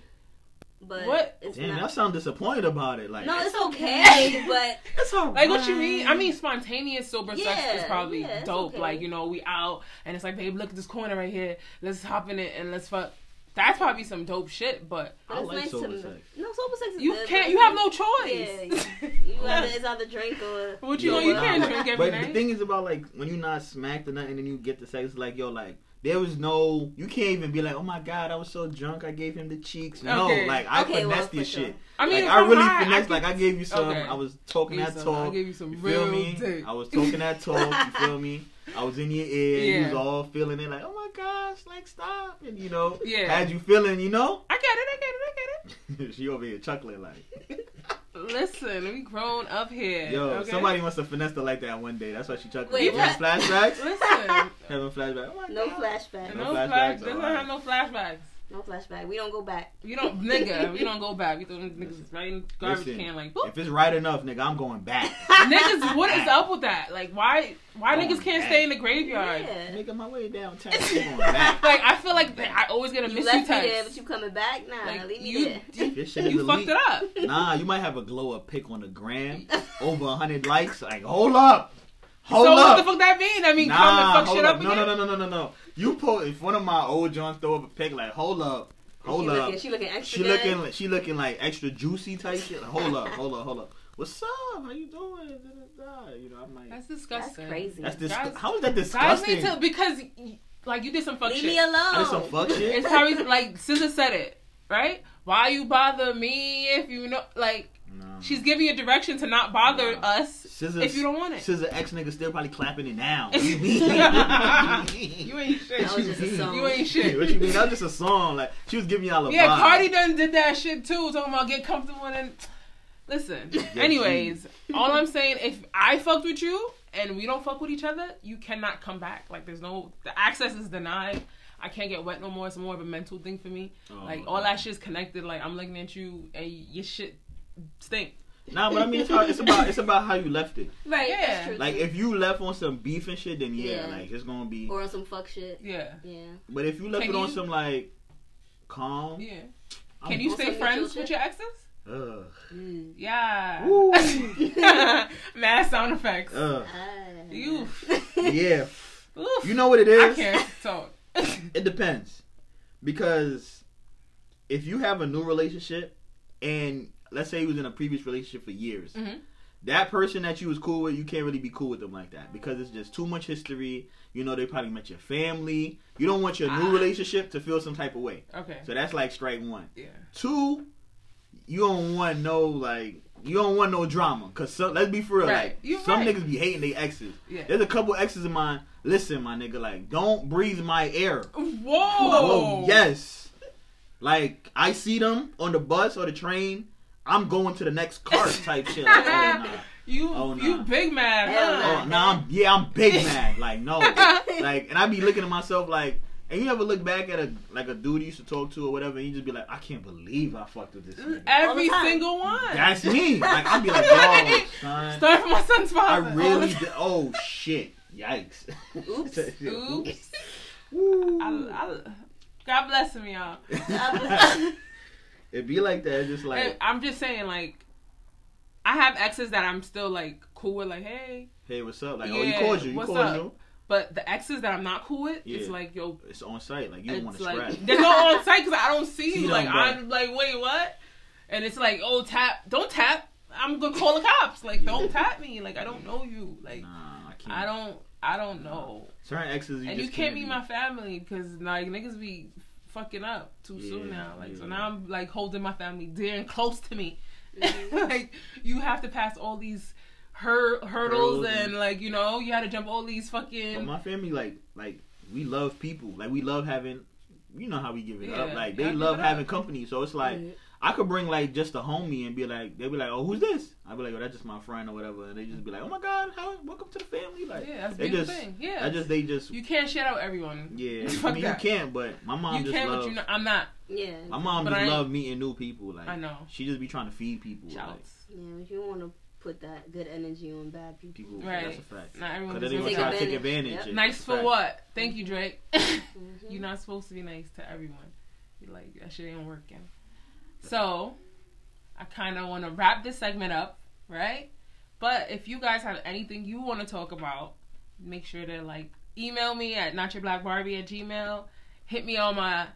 Speaker 2: but
Speaker 1: What?
Speaker 2: It's
Speaker 3: Damn, I
Speaker 2: not.
Speaker 3: sound disappointed about it. Like,
Speaker 2: No, it's
Speaker 1: okay.
Speaker 2: okay, but
Speaker 3: it's all
Speaker 1: Like what you mean? I mean, spontaneous sober sex is
Speaker 2: Yeah,
Speaker 1: probably
Speaker 2: yeah, it's
Speaker 1: dope.
Speaker 2: okay.
Speaker 1: Like you know, we out and it's like, babe, look at this corner right here. Let's hop in it and let's fuck. That's probably some dope shit, but
Speaker 2: but
Speaker 3: I
Speaker 2: it's
Speaker 3: like
Speaker 2: nice
Speaker 3: sober
Speaker 2: to
Speaker 3: sex.
Speaker 2: no sober sex. Is
Speaker 1: you
Speaker 2: good,
Speaker 1: can't.
Speaker 2: but
Speaker 1: You
Speaker 2: it's
Speaker 1: have no
Speaker 2: not-
Speaker 1: choice.
Speaker 2: You either it's either drink or
Speaker 1: what you
Speaker 3: Yo,
Speaker 1: know? You
Speaker 3: nah,
Speaker 1: can't
Speaker 3: like-
Speaker 1: drink every
Speaker 3: But
Speaker 1: night.
Speaker 3: the thing is about like when you're not smacked or nothing, and then you get the sex. It's like yo, like There was no, you can't even be like, oh my god, I was so drunk, I gave him the cheeks. No,
Speaker 1: Okay.
Speaker 3: like I
Speaker 2: Okay, well,
Speaker 3: finessed
Speaker 2: for
Speaker 3: your
Speaker 2: sure.
Speaker 3: shit.
Speaker 1: I mean,
Speaker 3: like I
Speaker 1: from
Speaker 3: really
Speaker 1: mine,
Speaker 3: finessed.
Speaker 1: I
Speaker 3: like I gave you some.
Speaker 1: Okay.
Speaker 3: I was talking
Speaker 1: gave
Speaker 3: that
Speaker 1: some- I
Speaker 3: talk.
Speaker 1: gave you some
Speaker 3: You feel
Speaker 1: real
Speaker 3: me?
Speaker 1: dick.
Speaker 3: I was talking that talk. You feel me? I was in your ear. You
Speaker 1: Yeah.
Speaker 3: was all feeling it, like, oh my gosh, like stop, and you know,
Speaker 1: Yeah.
Speaker 3: had you feeling, you know.
Speaker 1: I get it. I get it. I get it.
Speaker 3: she over here chuckling like,
Speaker 1: Listen, we grown up here.
Speaker 3: yo,
Speaker 1: okay?
Speaker 3: somebody must have finessed her like that one day. That's why she chuckling.
Speaker 2: Wait,
Speaker 3: you have flashbacks?
Speaker 1: Listen,
Speaker 3: Having flashbacks? Oh my
Speaker 2: No
Speaker 3: god.
Speaker 2: flashback.
Speaker 1: no,
Speaker 3: flashbacks,
Speaker 1: flash. They
Speaker 3: all
Speaker 1: don't
Speaker 3: right.
Speaker 1: have no flashbacks.
Speaker 2: No flashback. We don't go back.
Speaker 1: You don't, nigga. We don't go back. We throw them niggas right in the garbage
Speaker 3: Listen,
Speaker 1: can like. Boop.
Speaker 3: If it's right enough, nigga, I'm going back.
Speaker 1: niggas, what is up with that? Like, why? Why
Speaker 3: Going
Speaker 1: niggas can't
Speaker 3: back.
Speaker 1: stay in the graveyard?
Speaker 2: Yeah.
Speaker 3: nigga, my way downtown. I'm going back.
Speaker 1: Like, I feel like I always get a
Speaker 2: You
Speaker 1: miss you
Speaker 2: left me there,
Speaker 1: text.
Speaker 2: but you coming back now.
Speaker 1: Like,
Speaker 2: Leave me
Speaker 1: you-
Speaker 2: there.
Speaker 3: Your shit is
Speaker 1: You fucked
Speaker 3: elite.
Speaker 1: it up.
Speaker 3: Nah, you might have a glow up pic on the gram, over a hundred likes. Like, hold up, hold
Speaker 1: so what
Speaker 3: up.
Speaker 1: the fuck that mean? I mean,
Speaker 3: nah,
Speaker 1: come and fuck
Speaker 3: hold
Speaker 1: shit
Speaker 3: up.
Speaker 1: up,
Speaker 3: no,
Speaker 1: again?
Speaker 3: no, no, no, no, no, no. You pull if one of my old John throw up a pic, like, hold up, hold
Speaker 2: she
Speaker 3: up.
Speaker 2: Looking, she looking extra
Speaker 3: she
Speaker 2: good.
Speaker 3: looking, like, she looking like extra juicy type shit. Like, hold up, hold up, hold up. What's up? How you doing? Da-da-da. You know, I'm like,
Speaker 1: That's
Speaker 2: That's
Speaker 1: disgusting.
Speaker 2: crazy.
Speaker 3: that's disgu-
Speaker 1: Guys-
Speaker 3: How is that
Speaker 1: Guys
Speaker 3: disgusting?
Speaker 1: need to because like you did some fuck
Speaker 2: Leave
Speaker 1: shit.
Speaker 2: me alone.
Speaker 3: I did some fuck shit.
Speaker 1: It's probably like Scissor said it, right? Why you bother me if you know? Like
Speaker 3: No.
Speaker 1: she's giving you direction to not bother
Speaker 3: Mm. Nah.
Speaker 1: us
Speaker 3: Scissor,
Speaker 1: if you don't want it.
Speaker 3: Scissor ex nigga still probably clapping it now.
Speaker 1: You ain't shit.
Speaker 2: That was just a song.
Speaker 1: You ain't
Speaker 3: Yeah, what
Speaker 1: shit.
Speaker 3: you mean? That was just a song. Like she was giving y'all a
Speaker 1: Yeah,
Speaker 3: vibe.
Speaker 1: Cardi done did that shit too. Talking about get comfortable and listen. Anyways, all I'm saying, if I fucked with you and we don't fuck with each other, you cannot come back. Like there's no the access is denied. I can't get wet no more. It's more of a mental thing for me.
Speaker 3: Oh,
Speaker 1: Like
Speaker 3: okay.
Speaker 1: all that shit's connected. Like I'm looking at you and your shit stink.
Speaker 3: Nah, but I mean, it's, how, it's about it's about how you left it.
Speaker 2: Right.
Speaker 1: Yeah.
Speaker 2: That's true.
Speaker 3: Like
Speaker 2: too.
Speaker 3: if you left on some beef and shit, then yeah,
Speaker 2: Yeah.
Speaker 3: like it's gonna be.
Speaker 2: or on some fuck shit.
Speaker 1: Yeah.
Speaker 2: Yeah.
Speaker 3: But if you left
Speaker 1: Can
Speaker 3: it on
Speaker 1: you-
Speaker 3: some like calm,
Speaker 1: Yeah.
Speaker 3: I'm-
Speaker 1: Can you
Speaker 2: Also
Speaker 1: stay
Speaker 2: mutual
Speaker 1: friends
Speaker 2: shit?
Speaker 1: with your exes?
Speaker 3: Ugh.
Speaker 2: Mm.
Speaker 1: Yeah.
Speaker 3: Woo. Uh,
Speaker 1: Mad sound effects.
Speaker 3: Ugh.
Speaker 2: Ah.
Speaker 1: You.
Speaker 3: yeah,
Speaker 1: Oof.
Speaker 3: you know what it
Speaker 1: I
Speaker 3: is.
Speaker 1: can't talk.
Speaker 3: It depends, because if you have a new relationship, and let's say you was in a previous relationship for years,
Speaker 1: Mhm.
Speaker 3: that person that you was cool with, you can't really be cool with them like that because it's just too much history. You know, they probably met your family. You don't want your new
Speaker 1: Ah.
Speaker 3: relationship to feel some type of way.
Speaker 1: Okay.
Speaker 3: So that's like strike one.
Speaker 1: Yeah.
Speaker 3: Two, you don't want no like you don't want no drama. Cause some, let's be for real,
Speaker 1: Right.
Speaker 3: like
Speaker 1: You're
Speaker 3: some
Speaker 1: right.
Speaker 3: niggas be hating their exes.
Speaker 1: Yeah.
Speaker 3: There's a couple exes of mine. Listen, my nigga, like don't breathe my air.
Speaker 1: Whoa.
Speaker 3: Whoa, Oh, yes. Like I see them on the bus or the train. I'm going to the next car type shit. Like, oh, nah.
Speaker 1: You
Speaker 3: Oh, nah.
Speaker 1: you big mad,
Speaker 3: Oh,
Speaker 1: huh?
Speaker 2: Hell
Speaker 3: nah, I'm, yeah, I'm big mad. Like, no. like, and I be looking at myself like, and you ever look back at a like a dude you used to talk to or whatever, and you just be like, I can't believe I fucked with this nigga.
Speaker 1: Every
Speaker 2: All the time.
Speaker 1: single one.
Speaker 3: That's me. Like, I'd be like, yo, son,
Speaker 1: Start from my son's
Speaker 3: I
Speaker 1: father.
Speaker 3: really did. Oh, shit. Yikes.
Speaker 2: Oops.
Speaker 1: Oops.
Speaker 3: Woo.
Speaker 1: I, I, God bless him, y'all.
Speaker 3: It'd be like that. It's just
Speaker 1: And
Speaker 3: like,
Speaker 1: I'm just saying, like, I have exes that I'm still like cool with, like, hey.
Speaker 3: hey, what's up? Like, oh, you
Speaker 1: Yeah,
Speaker 3: called you. You
Speaker 1: what's
Speaker 3: called
Speaker 1: up?
Speaker 3: you.
Speaker 1: But the exes that I'm not cool with, it's
Speaker 3: Yeah.
Speaker 1: like, yo,
Speaker 3: It's on site. Like, you don't want
Speaker 1: it's
Speaker 3: to
Speaker 1: like
Speaker 3: scratch.
Speaker 1: they go on site because I don't see
Speaker 3: See
Speaker 1: you.
Speaker 3: them,
Speaker 1: Like
Speaker 3: bro.
Speaker 1: I'm like, wait, what? And it's like, oh, tap, don't tap. I'm gonna call the cops. Like, don't
Speaker 3: Yeah.
Speaker 1: tap me. Like I don't know you. Like
Speaker 3: Nah, I can't.
Speaker 1: I don't, I don't know.
Speaker 3: Certain exes, you
Speaker 1: and
Speaker 3: just
Speaker 1: you can't be
Speaker 3: be
Speaker 1: my family because like niggas be fucking up too soon
Speaker 3: Yeah,
Speaker 1: now. Like so
Speaker 3: yeah.
Speaker 1: now I'm like holding my family dear and close to me.
Speaker 2: Mhm.
Speaker 1: like you have to pass all these hur- hurdles
Speaker 3: Hurdles
Speaker 1: and
Speaker 3: and-
Speaker 1: like you know you had to jump all these
Speaker 3: But
Speaker 1: fucking.
Speaker 3: my family, like, like we love people. Like we love having, you know how we give it up.
Speaker 1: Yeah,
Speaker 3: Like
Speaker 1: y'all
Speaker 3: they
Speaker 1: give
Speaker 3: love
Speaker 1: it up.
Speaker 3: having company. So it's like I could bring like just a homie and be like, they'd be like, oh, who's this? I'd be like, oh, that's just my friend or whatever. And they just be like, oh my god, how, welcome to the family. Like
Speaker 1: yeah, that's a
Speaker 3: they
Speaker 1: beautiful
Speaker 3: just,
Speaker 1: thing. Yeah,
Speaker 3: I just they just,
Speaker 1: you can't shout out everyone.
Speaker 3: yeah. I
Speaker 1: Fuck
Speaker 3: mean,
Speaker 1: that.
Speaker 3: you can't, but my mom
Speaker 1: you
Speaker 3: just
Speaker 1: can, but
Speaker 3: loves.
Speaker 1: you know, I'm not.
Speaker 2: yeah.
Speaker 3: my mom
Speaker 1: But
Speaker 3: just
Speaker 1: I-
Speaker 3: love meeting new people. Like
Speaker 1: I know.
Speaker 3: she just be trying to feed people. Like,
Speaker 1: Shouts.
Speaker 2: Yeah. If you want to put that good energy on bad people.
Speaker 3: people,
Speaker 1: Right.
Speaker 3: that's a fact.
Speaker 1: Not everyone
Speaker 3: Because they
Speaker 1: deserves
Speaker 3: gonna
Speaker 2: Take
Speaker 3: try to take
Speaker 2: advantage.
Speaker 3: advantage.
Speaker 2: Yep.
Speaker 3: It's
Speaker 1: nice
Speaker 3: a
Speaker 1: for
Speaker 3: fact.
Speaker 1: what? Thank you, Drake.
Speaker 2: Mhm.
Speaker 1: You're not supposed to be nice to everyone. You're like that shit ain't working. So, I kind of want to wrap this segment up, right? But if you guys have anything you want to talk about, make sure to like email me at notyourblackbarbie at gmail. Hit me on my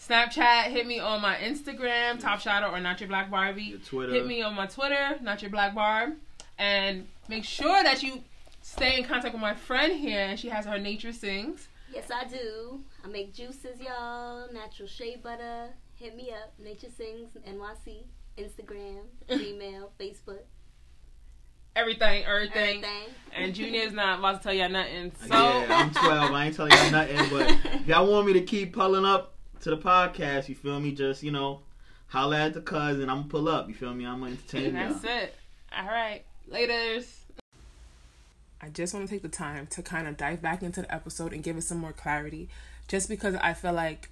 Speaker 1: Snapchat. Hit me on my Instagram, Top Shadow or Not Your Black Barbie.
Speaker 3: Your Twitter.
Speaker 1: Hit me on my Twitter, not your black barb, and make sure that you stay in contact with my friend here. She has her nature sings.
Speaker 2: Yes, I do. I make juices, y'all. Natural shea butter. Hit me up. Nature Sings NYC. Instagram, email, Facebook,
Speaker 1: Everything, everything.
Speaker 2: everything.
Speaker 1: And Junior's not about to tell y'all nothing. So
Speaker 3: yeah, I'm 12. I ain't telling y'all nothing. But if y'all want me to keep pulling up to the podcast, you feel me? Just you know, holla at the cousin. I'm gonna pull up. You feel me? I'm gonna entertain
Speaker 1: And
Speaker 3: y'all.
Speaker 1: that's it. All right. Laters. I just want to take the time to kind of dive back into the episode and give it some more clarity just because I feel like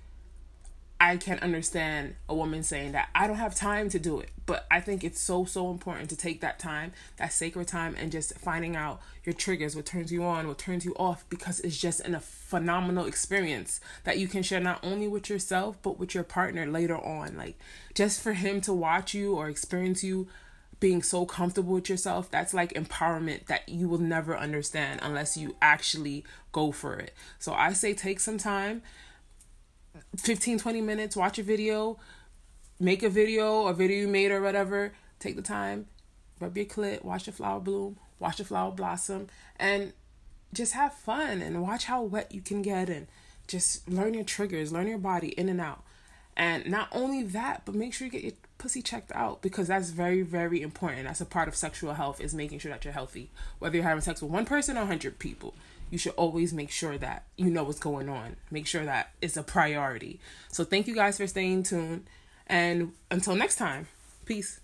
Speaker 1: I can understand a woman saying that I don't have time to do it. But I think it's so, so important to take that time, that sacred time, and just finding out your triggers, what turns you on, what turns you off, because it's just an, a phenomenal experience that you can share not only with yourself, but with your partner later on. Like, just for him to watch you or experience you being so comfortable with yourself that's like empowerment that you will never understand unless you actually go for it so i say take some time 15 20 minutes watch a video make a video a video you made or whatever take the time rub your clit watch the flower bloom watch the flower blossom and just have fun and watch how wet you can get and just learn your triggers learn your body in and out and not only that, but make sure you get your pussy checked out because that's very, very important. That's a part of sexual health is making sure that you're healthy. Whether you're having sex with one person or 100 people, you should always make sure that you know what's going on. Make sure that it's a priority. So thank you guys for staying tuned. And until next time, peace.